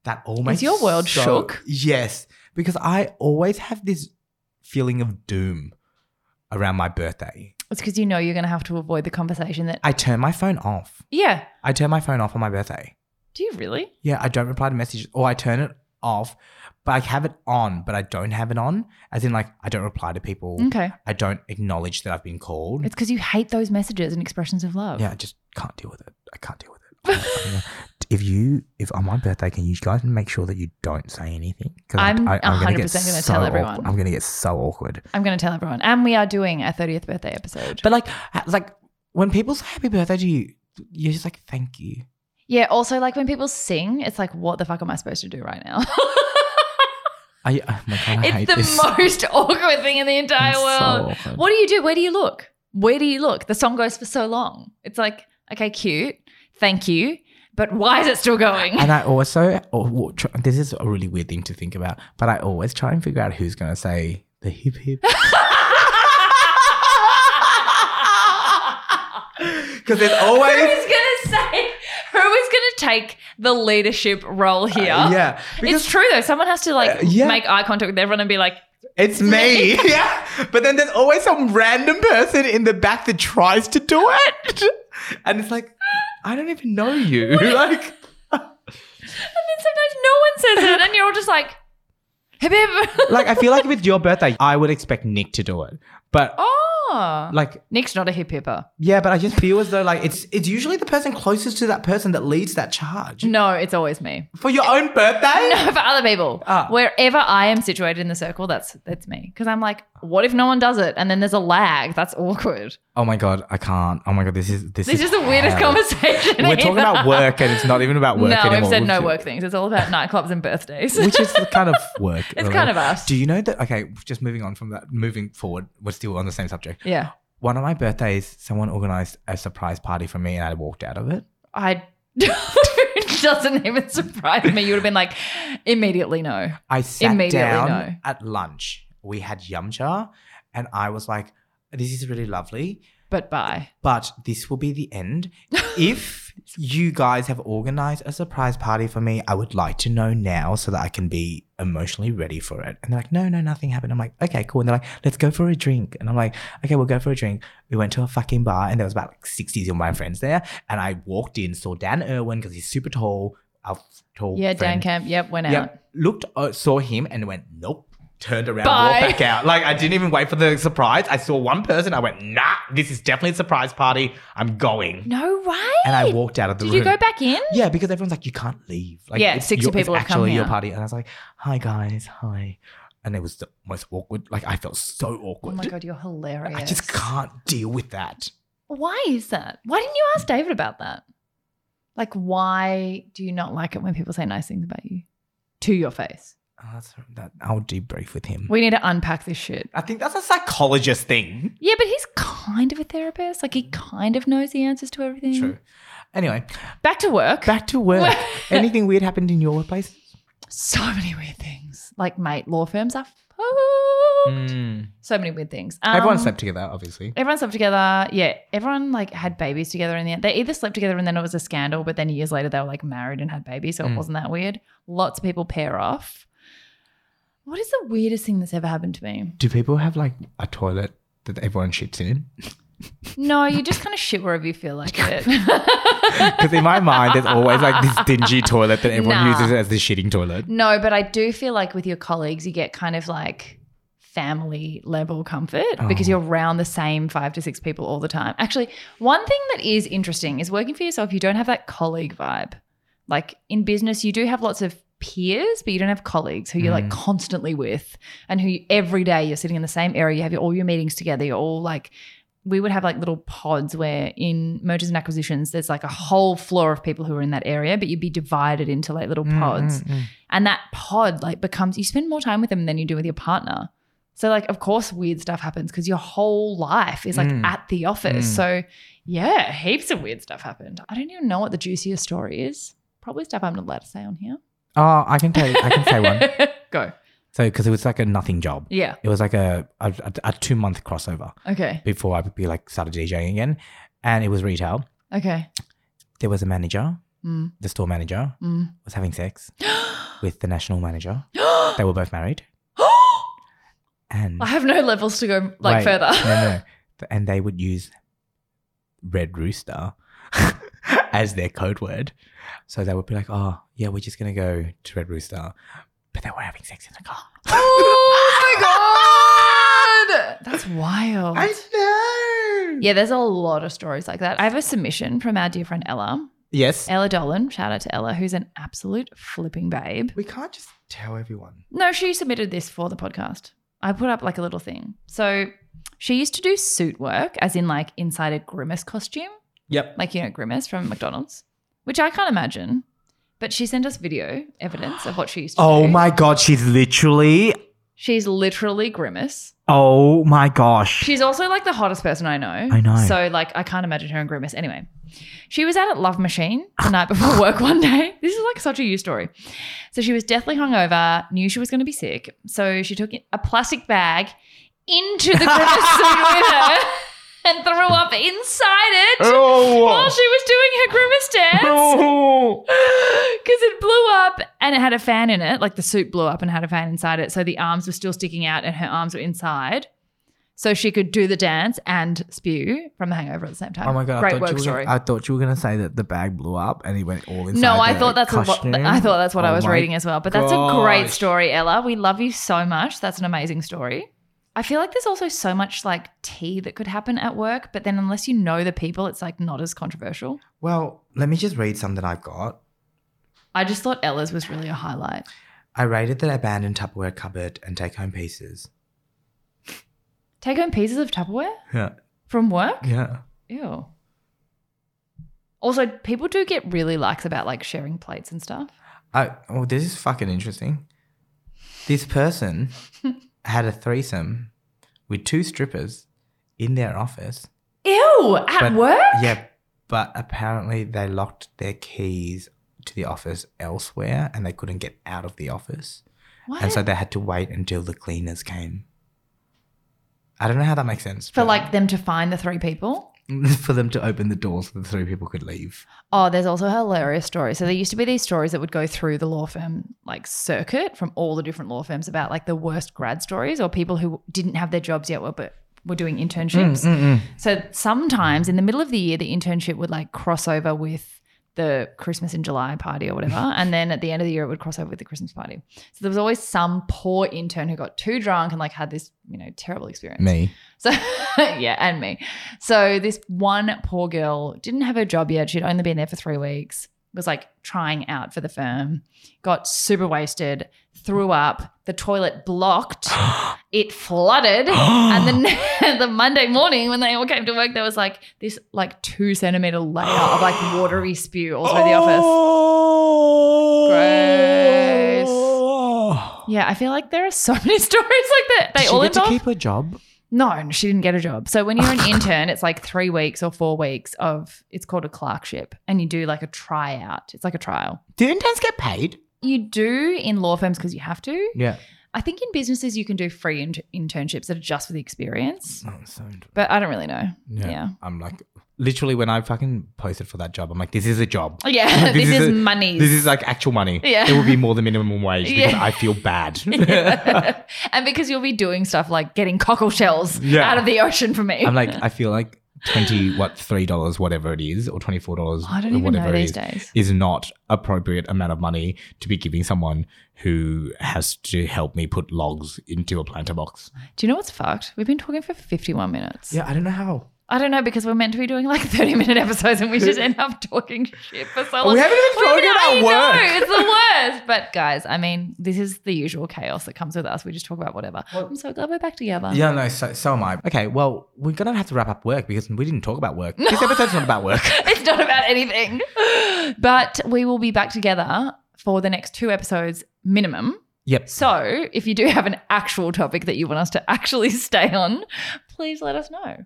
Speaker 3: That all makes
Speaker 1: your world
Speaker 3: so-
Speaker 1: shook?
Speaker 3: Yes, because I always have this feeling of doom around my birthday.
Speaker 1: It's because you know you're going to have to avoid the conversation that.
Speaker 3: I turn my phone off.
Speaker 1: Yeah.
Speaker 3: I turn my phone off on my birthday.
Speaker 1: Do you really?
Speaker 3: Yeah, I don't reply to messages or I turn it off, but I have it on, but I don't have it on. As in, like, I don't reply to people.
Speaker 1: Okay.
Speaker 3: I don't acknowledge that I've been called.
Speaker 1: It's because you hate those messages and expressions of love.
Speaker 3: yeah, I just can't deal with it. I can't deal with it. I'm like, I'm like, if you, if on my birthday, can you guys make sure that you don't say anything? 'Cause
Speaker 1: I'm
Speaker 3: I- I'm gonna get
Speaker 1: 100% gonna
Speaker 3: so
Speaker 1: tell
Speaker 3: awk-
Speaker 1: everyone.
Speaker 3: I'm going to get so awkward.
Speaker 1: I'm going to tell everyone. And we are doing a 30th birthday episode.
Speaker 3: But like, ha- like when people say happy birthday to you, you're just like, thank you.
Speaker 1: yeah. Also, like when people sing, it's like, what the fuck am I supposed to do right now?
Speaker 3: I, oh my God, I hate
Speaker 1: it's the
Speaker 3: this.
Speaker 1: most awkward thing in the entire
Speaker 3: It's so
Speaker 1: world.
Speaker 3: awkward.
Speaker 1: What do you do? Where do you look? Where do you look? The song goes for so long. It's like, okay, cute. Thank you. But why is it still going?
Speaker 3: And I also, oh, well, tr- this is a really weird thing to think about, but I always try and figure out who's going to say the hip hip. Because there's
Speaker 1: Who
Speaker 3: always.
Speaker 1: is gonna say? Who is gonna take the leadership role here?
Speaker 3: Uh, Yeah. Because
Speaker 1: it's true though. Someone has to like
Speaker 3: Uh, yeah.
Speaker 1: make eye contact with everyone and be like,
Speaker 3: It's me. yeah. But then there's always some random person in the back that tries to do it. And it's like, I don't even know you. like,
Speaker 1: and then sometimes no one says it, and you're all just like, hip hip.
Speaker 3: like I feel like if it's your birthday, I would expect Nick to do it. But
Speaker 1: oh,
Speaker 3: like,
Speaker 1: Nick's not a hip hipper.
Speaker 3: yeah, but I just feel as though like it's it's usually the person closest to that person that leads that charge.
Speaker 1: No, it's always me.
Speaker 3: For your own birthday?
Speaker 1: No, for other people.
Speaker 3: Ah.
Speaker 1: Wherever I am situated in the circle, that's that's me. Because I'm like, what if no one does it? And then there's a lag. That's awkward.
Speaker 3: Oh my god, I can't. Oh my god, this is this,
Speaker 1: This is the weirdest
Speaker 3: hell.
Speaker 1: conversation.
Speaker 3: We're talking
Speaker 1: either.
Speaker 3: about work and it's not even about work
Speaker 1: no,
Speaker 3: anymore.
Speaker 1: we've said
Speaker 3: We've
Speaker 1: no
Speaker 3: said-
Speaker 1: work things. It's all about nightclubs and birthdays.
Speaker 3: Which is the kind of work.
Speaker 1: it's kind of us.
Speaker 3: Do you know that? Okay, just moving on from that, moving forward, we're still on the same subject.
Speaker 1: yeah.
Speaker 3: One of my birthdays, someone organized a surprise party for me and I walked out of it.
Speaker 1: I it doesn't even surprise me. You would have been like, immediately no.
Speaker 3: I sat
Speaker 1: Immediately
Speaker 3: down
Speaker 1: no.
Speaker 3: at lunch. We had yum cha and I was like, this is really lovely,
Speaker 1: But bye.
Speaker 3: but this will be the end. if you guys have organized a surprise party for me, I would like to know now so that I can be emotionally ready for it. And they're like, no, no, nothing happened. I'm like, okay, cool. And they're like, let's go for a drink. And I'm like, okay, we'll go for a drink. We went to a fucking bar and there was about like 60s of my friends there. And I walked in, saw Dan Irwin because he's super tall. Our f- tall
Speaker 1: Yeah, Dan
Speaker 3: friend.
Speaker 1: Camp. Yep, went out.
Speaker 3: Yeah, looked, uh, saw him, and went nope. Turned around,
Speaker 1: Bye.
Speaker 3: walked back out. Like I didn't even wait for the surprise. I saw one person. I went nah. This is definitely a surprise party. I'm going,
Speaker 1: No way.
Speaker 3: and I walked out of the
Speaker 1: Did
Speaker 3: room.
Speaker 1: you go back in?
Speaker 3: Yeah, because everyone's like, you can't leave. Like,
Speaker 1: Yeah,
Speaker 3: it's
Speaker 1: 60
Speaker 3: your-
Speaker 1: people
Speaker 3: It's
Speaker 1: have come
Speaker 3: actually your
Speaker 1: here.
Speaker 3: party, and I was like, hi guys, hi, and it was the most awkward. Like I felt so
Speaker 1: Oh
Speaker 3: awkward.
Speaker 1: my god, you're hilarious.
Speaker 3: I just can't deal with that.
Speaker 1: Why is that? Why didn't you ask David about that? Like, why do you not like it when people say nice things about you to your face?
Speaker 3: Oh, that's, that I'll debrief with him.
Speaker 1: We need to unpack this shit.
Speaker 3: I think that's a psychologist thing.
Speaker 1: Yeah, but he's kind of a therapist. Like he kind of knows the answers to everything.
Speaker 3: Mm. True. Anyway,
Speaker 1: Back to work.
Speaker 3: back to work. Anything weird happened in your workplace?
Speaker 1: so many weird things. Like, mate, law firms are
Speaker 3: Mm.
Speaker 1: fucked. So many weird things. Um,
Speaker 3: Everyone slept together, obviously.
Speaker 1: Everyone slept together. Yeah, everyone like had babies together in the end. They either slept together and then it was a scandal, but then years later they were like married and had babies, so it
Speaker 3: Mm.
Speaker 1: wasn't that weird. Lots of people pair off. What is the weirdest thing that's ever happened to me?
Speaker 3: Do people have like a toilet that everyone shits in?
Speaker 1: No, you just kind of shit wherever you feel like it.
Speaker 3: Because in my mind, there's always like this dingy toilet that everyone
Speaker 1: Nah.
Speaker 3: uses as the shitting toilet.
Speaker 1: no, but I do feel like with your colleagues, you get kind of like family level comfort because
Speaker 3: Oh.
Speaker 1: you're around the same five to six people all the time. Actually, one thing that is interesting is working for yourself, you don't have that colleague vibe. Like in business, you do have lots of peers, but you don't have colleagues who you're like
Speaker 3: Mm.
Speaker 1: constantly with and who you, every day you're sitting in the same area, you have your, all your meetings together, you're all like, we would have like little pods where in mergers and acquisitions, there's like a whole floor of people who are in that area, but you'd be divided into like little pods
Speaker 3: Mm, mm, mm.
Speaker 1: and that pod like becomes you spend more time with them than you do with your partner so like of course weird stuff happens because your whole life is like
Speaker 3: Mm.
Speaker 1: at the office
Speaker 3: Mm.
Speaker 1: so yeah heaps of weird stuff happened i don't even know what the juiciest story is probably stuff i'm not allowed to say on here
Speaker 3: Oh, I can tell. You, I can say one.
Speaker 1: go
Speaker 3: So, because it was like a nothing job.
Speaker 1: yeah
Speaker 3: It was like a a, a- a two month crossover
Speaker 1: okay
Speaker 3: before I be like started DJing again, and it was retail.
Speaker 1: okay
Speaker 3: There was a manager.
Speaker 1: mm,
Speaker 3: The store manager
Speaker 1: mm.
Speaker 3: was having sex with the national manager. They were both married,
Speaker 1: i
Speaker 3: and
Speaker 1: have no levels to go like
Speaker 3: Wait,
Speaker 1: further
Speaker 3: no, no, Th- and they would use Red Rooster as their code word. So they would be like, "Oh, yeah, we're just gonna go to Red Rooster," but they were having sex in the car.
Speaker 1: oh my god that's wild
Speaker 3: know.
Speaker 1: Yeah, there's a lot of stories like that. I have a submission from our dear friend Ella.
Speaker 3: Yes.
Speaker 1: Ella Dolan, shout out to Ella, who's an absolute flipping babe.
Speaker 3: We can't just tell everyone.
Speaker 1: No, she submitted this for the podcast. I put up like a little thing. So she used to do suit work, as in like inside a grimace costume,
Speaker 3: Yep.
Speaker 1: like, you know, grimace from McDonald's, which I can't imagine. But she sent us video evidence of what she used to do.
Speaker 3: Oh my god, she's literally.
Speaker 1: She's literally grimace.
Speaker 3: Oh my gosh.
Speaker 1: She's also like the hottest person I know.
Speaker 3: I know.
Speaker 1: So like I can't imagine her in Grimace. Anyway, she was out at Love Machine the night before work one day. This is like such a you story. So she was deathly hungover, knew she was going to be sick. So she took a plastic bag into the Grimace suit with her and threw up inside it while
Speaker 3: oh.
Speaker 1: she was doing her Grimace dance.
Speaker 3: Oh.
Speaker 1: Because it blew up and it had a fan in it. Like the suit blew up and had a fan inside it. So the arms were still sticking out and her arms were inside. So she could do the dance and spew from the hangover at the same time.
Speaker 3: Oh my god! I
Speaker 1: Great
Speaker 3: thought you
Speaker 1: work
Speaker 3: were
Speaker 1: story.
Speaker 3: Gonna, I thought you were gonna say that the bag blew up and he went all inside.
Speaker 1: no, I
Speaker 3: the
Speaker 1: thought that's what,
Speaker 3: costume.
Speaker 1: I thought that's what I
Speaker 3: Oh
Speaker 1: was
Speaker 3: my-
Speaker 1: reading as well. But that's a great
Speaker 3: gosh.
Speaker 1: story, Ella. We love you so much. That's an amazing story. I feel like there's also so much like tea that could happen at work, but then unless you know the people, it's like not as controversial.
Speaker 3: Well, let me just read something I got.
Speaker 1: I just thought Ella's was really a highlight.
Speaker 3: I raided the abandoned Tupperware cupboard and take home pieces.
Speaker 1: Take home pieces of Tupperware
Speaker 3: Yeah,
Speaker 1: from work?
Speaker 3: yeah.
Speaker 1: Ew. Also, people do get really likes about like sharing plates and stuff.
Speaker 3: I, oh, this is fucking interesting. This person had a threesome with two strippers in their office.
Speaker 1: Ew, at
Speaker 3: But-
Speaker 1: work?
Speaker 3: Yeah, but apparently they locked their keys to the office elsewhere and they couldn't get out of the office.
Speaker 1: What?
Speaker 3: And so they had to wait until the cleaners came. I don't know how that makes sense.
Speaker 1: For
Speaker 3: but-
Speaker 1: like them to find the three people.
Speaker 3: for them to open the door so the three people could leave.
Speaker 1: Oh, there's also a hilarious story. So there used to be these stories that would go through the law firm like circuit from all the different law firms about like the worst grad stories or people who didn't have their jobs yet were but were doing
Speaker 3: Hmm.
Speaker 1: internships.
Speaker 3: Mm,
Speaker 1: So sometimes in the middle of the year, the internship would like cross over with the Christmas in July party or whatever. and then at the end of the year, it would cross over with the Christmas party. So there was always some poor intern who got too drunk and like had this, you know, terrible experience.
Speaker 3: mm. Me.
Speaker 1: So yeah, and me. So this one poor girl didn't have her job yet. She'd only been there for three weeks. Was like trying out for the firm. Got super wasted. Threw up. The toilet blocked. it flooded.
Speaker 3: Oh
Speaker 1: and then the Monday morning when they all came to work, there was like this like two centimeter layer of like watery spew all through the
Speaker 3: Oh.
Speaker 1: office. Gross.
Speaker 3: office.
Speaker 1: Yeah, I feel like there are so many stories like that. They all
Speaker 3: get to
Speaker 1: involve.
Speaker 3: keep her job?
Speaker 1: No, she didn't get a job. So when you're an intern, it's like three weeks or four weeks of it's called a clerkship, and you do like a tryout. It's like a trial.
Speaker 3: Do interns get paid?
Speaker 1: You do in law firms because you have to.
Speaker 3: Yeah.
Speaker 1: I think in businesses you can do free int- internships that are just for the experience,
Speaker 3: Oh, so int-
Speaker 1: but I don't really know.
Speaker 3: yeah.
Speaker 1: Yeah.
Speaker 3: I'm like, literally, when I fucking posted for that job, I'm like, this is a job.
Speaker 1: Yeah,
Speaker 3: This
Speaker 1: this, is,
Speaker 3: is a-
Speaker 1: money.
Speaker 3: This is like actual money.
Speaker 1: Yeah.
Speaker 3: It will be more than minimum wage because
Speaker 1: Yeah.
Speaker 3: I feel bad.
Speaker 1: Yeah. and because you'll be doing stuff like getting cockle shells
Speaker 3: Yeah.
Speaker 1: out of the ocean for me.
Speaker 3: I'm like, I feel like twenty what three dollars, whatever it is, or twenty four dollars,
Speaker 1: I don't even
Speaker 3: whatever
Speaker 1: know
Speaker 3: it
Speaker 1: these
Speaker 3: is,
Speaker 1: days.
Speaker 3: is not appropriate amount of money to be giving someone who has to help me put logs into a planter box.
Speaker 1: Do you know what's fucked? We've been talking for 51 minutes.
Speaker 3: I don't know how.
Speaker 1: I don't know because we're meant to be doing like 30 minute episodes and we just end up talking shit for so long.
Speaker 3: We haven't even
Speaker 1: We
Speaker 3: spoken about
Speaker 1: Oh, I
Speaker 3: work.
Speaker 1: know, it's the worst. But guys, I mean, this is the usual chaos that comes with us. We just talk about whatever. I'm so glad we're back together.
Speaker 3: Yeah, no, so, so am I. Okay, well, we're gonna have to wrap up work because we didn't talk about work. This episode's not about work.
Speaker 1: It's not about anything. But we will be back together for the next two episodes minimum.
Speaker 3: Yep.
Speaker 1: So if you do have an actual topic that you want us to actually stay on, please let us know.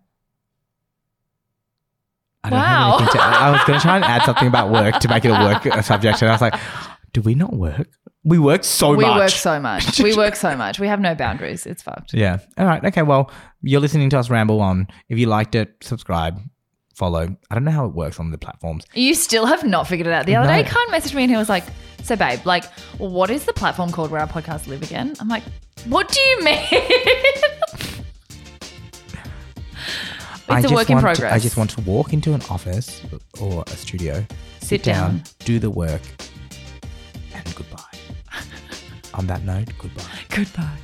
Speaker 3: I don't have
Speaker 1: Wow.
Speaker 3: anything to- I was going to try and add something about work to make it a work uh, subject, and I was like, "Do we not work? We work so
Speaker 1: we
Speaker 3: much."
Speaker 1: work so much. We work so much. We have no boundaries. It's fucked.
Speaker 3: yeah. All right. Okay. Well, you're listening to us ramble on. If you liked it, subscribe, follow. I don't know how it works on the platforms.
Speaker 1: You still have not figured it out. The other
Speaker 3: No.
Speaker 1: day, Khan messaged me and he was like, So, babe, like, what is the platform called where our podcasts live again? I'm like, What do you mean? it's
Speaker 3: I
Speaker 1: a
Speaker 3: just
Speaker 1: work in
Speaker 3: want to-
Speaker 1: progress.
Speaker 3: I just want to walk into an office or a studio,
Speaker 1: Sit down.
Speaker 3: do the work, and goodbye. on that note, goodbye.
Speaker 1: Goodbye.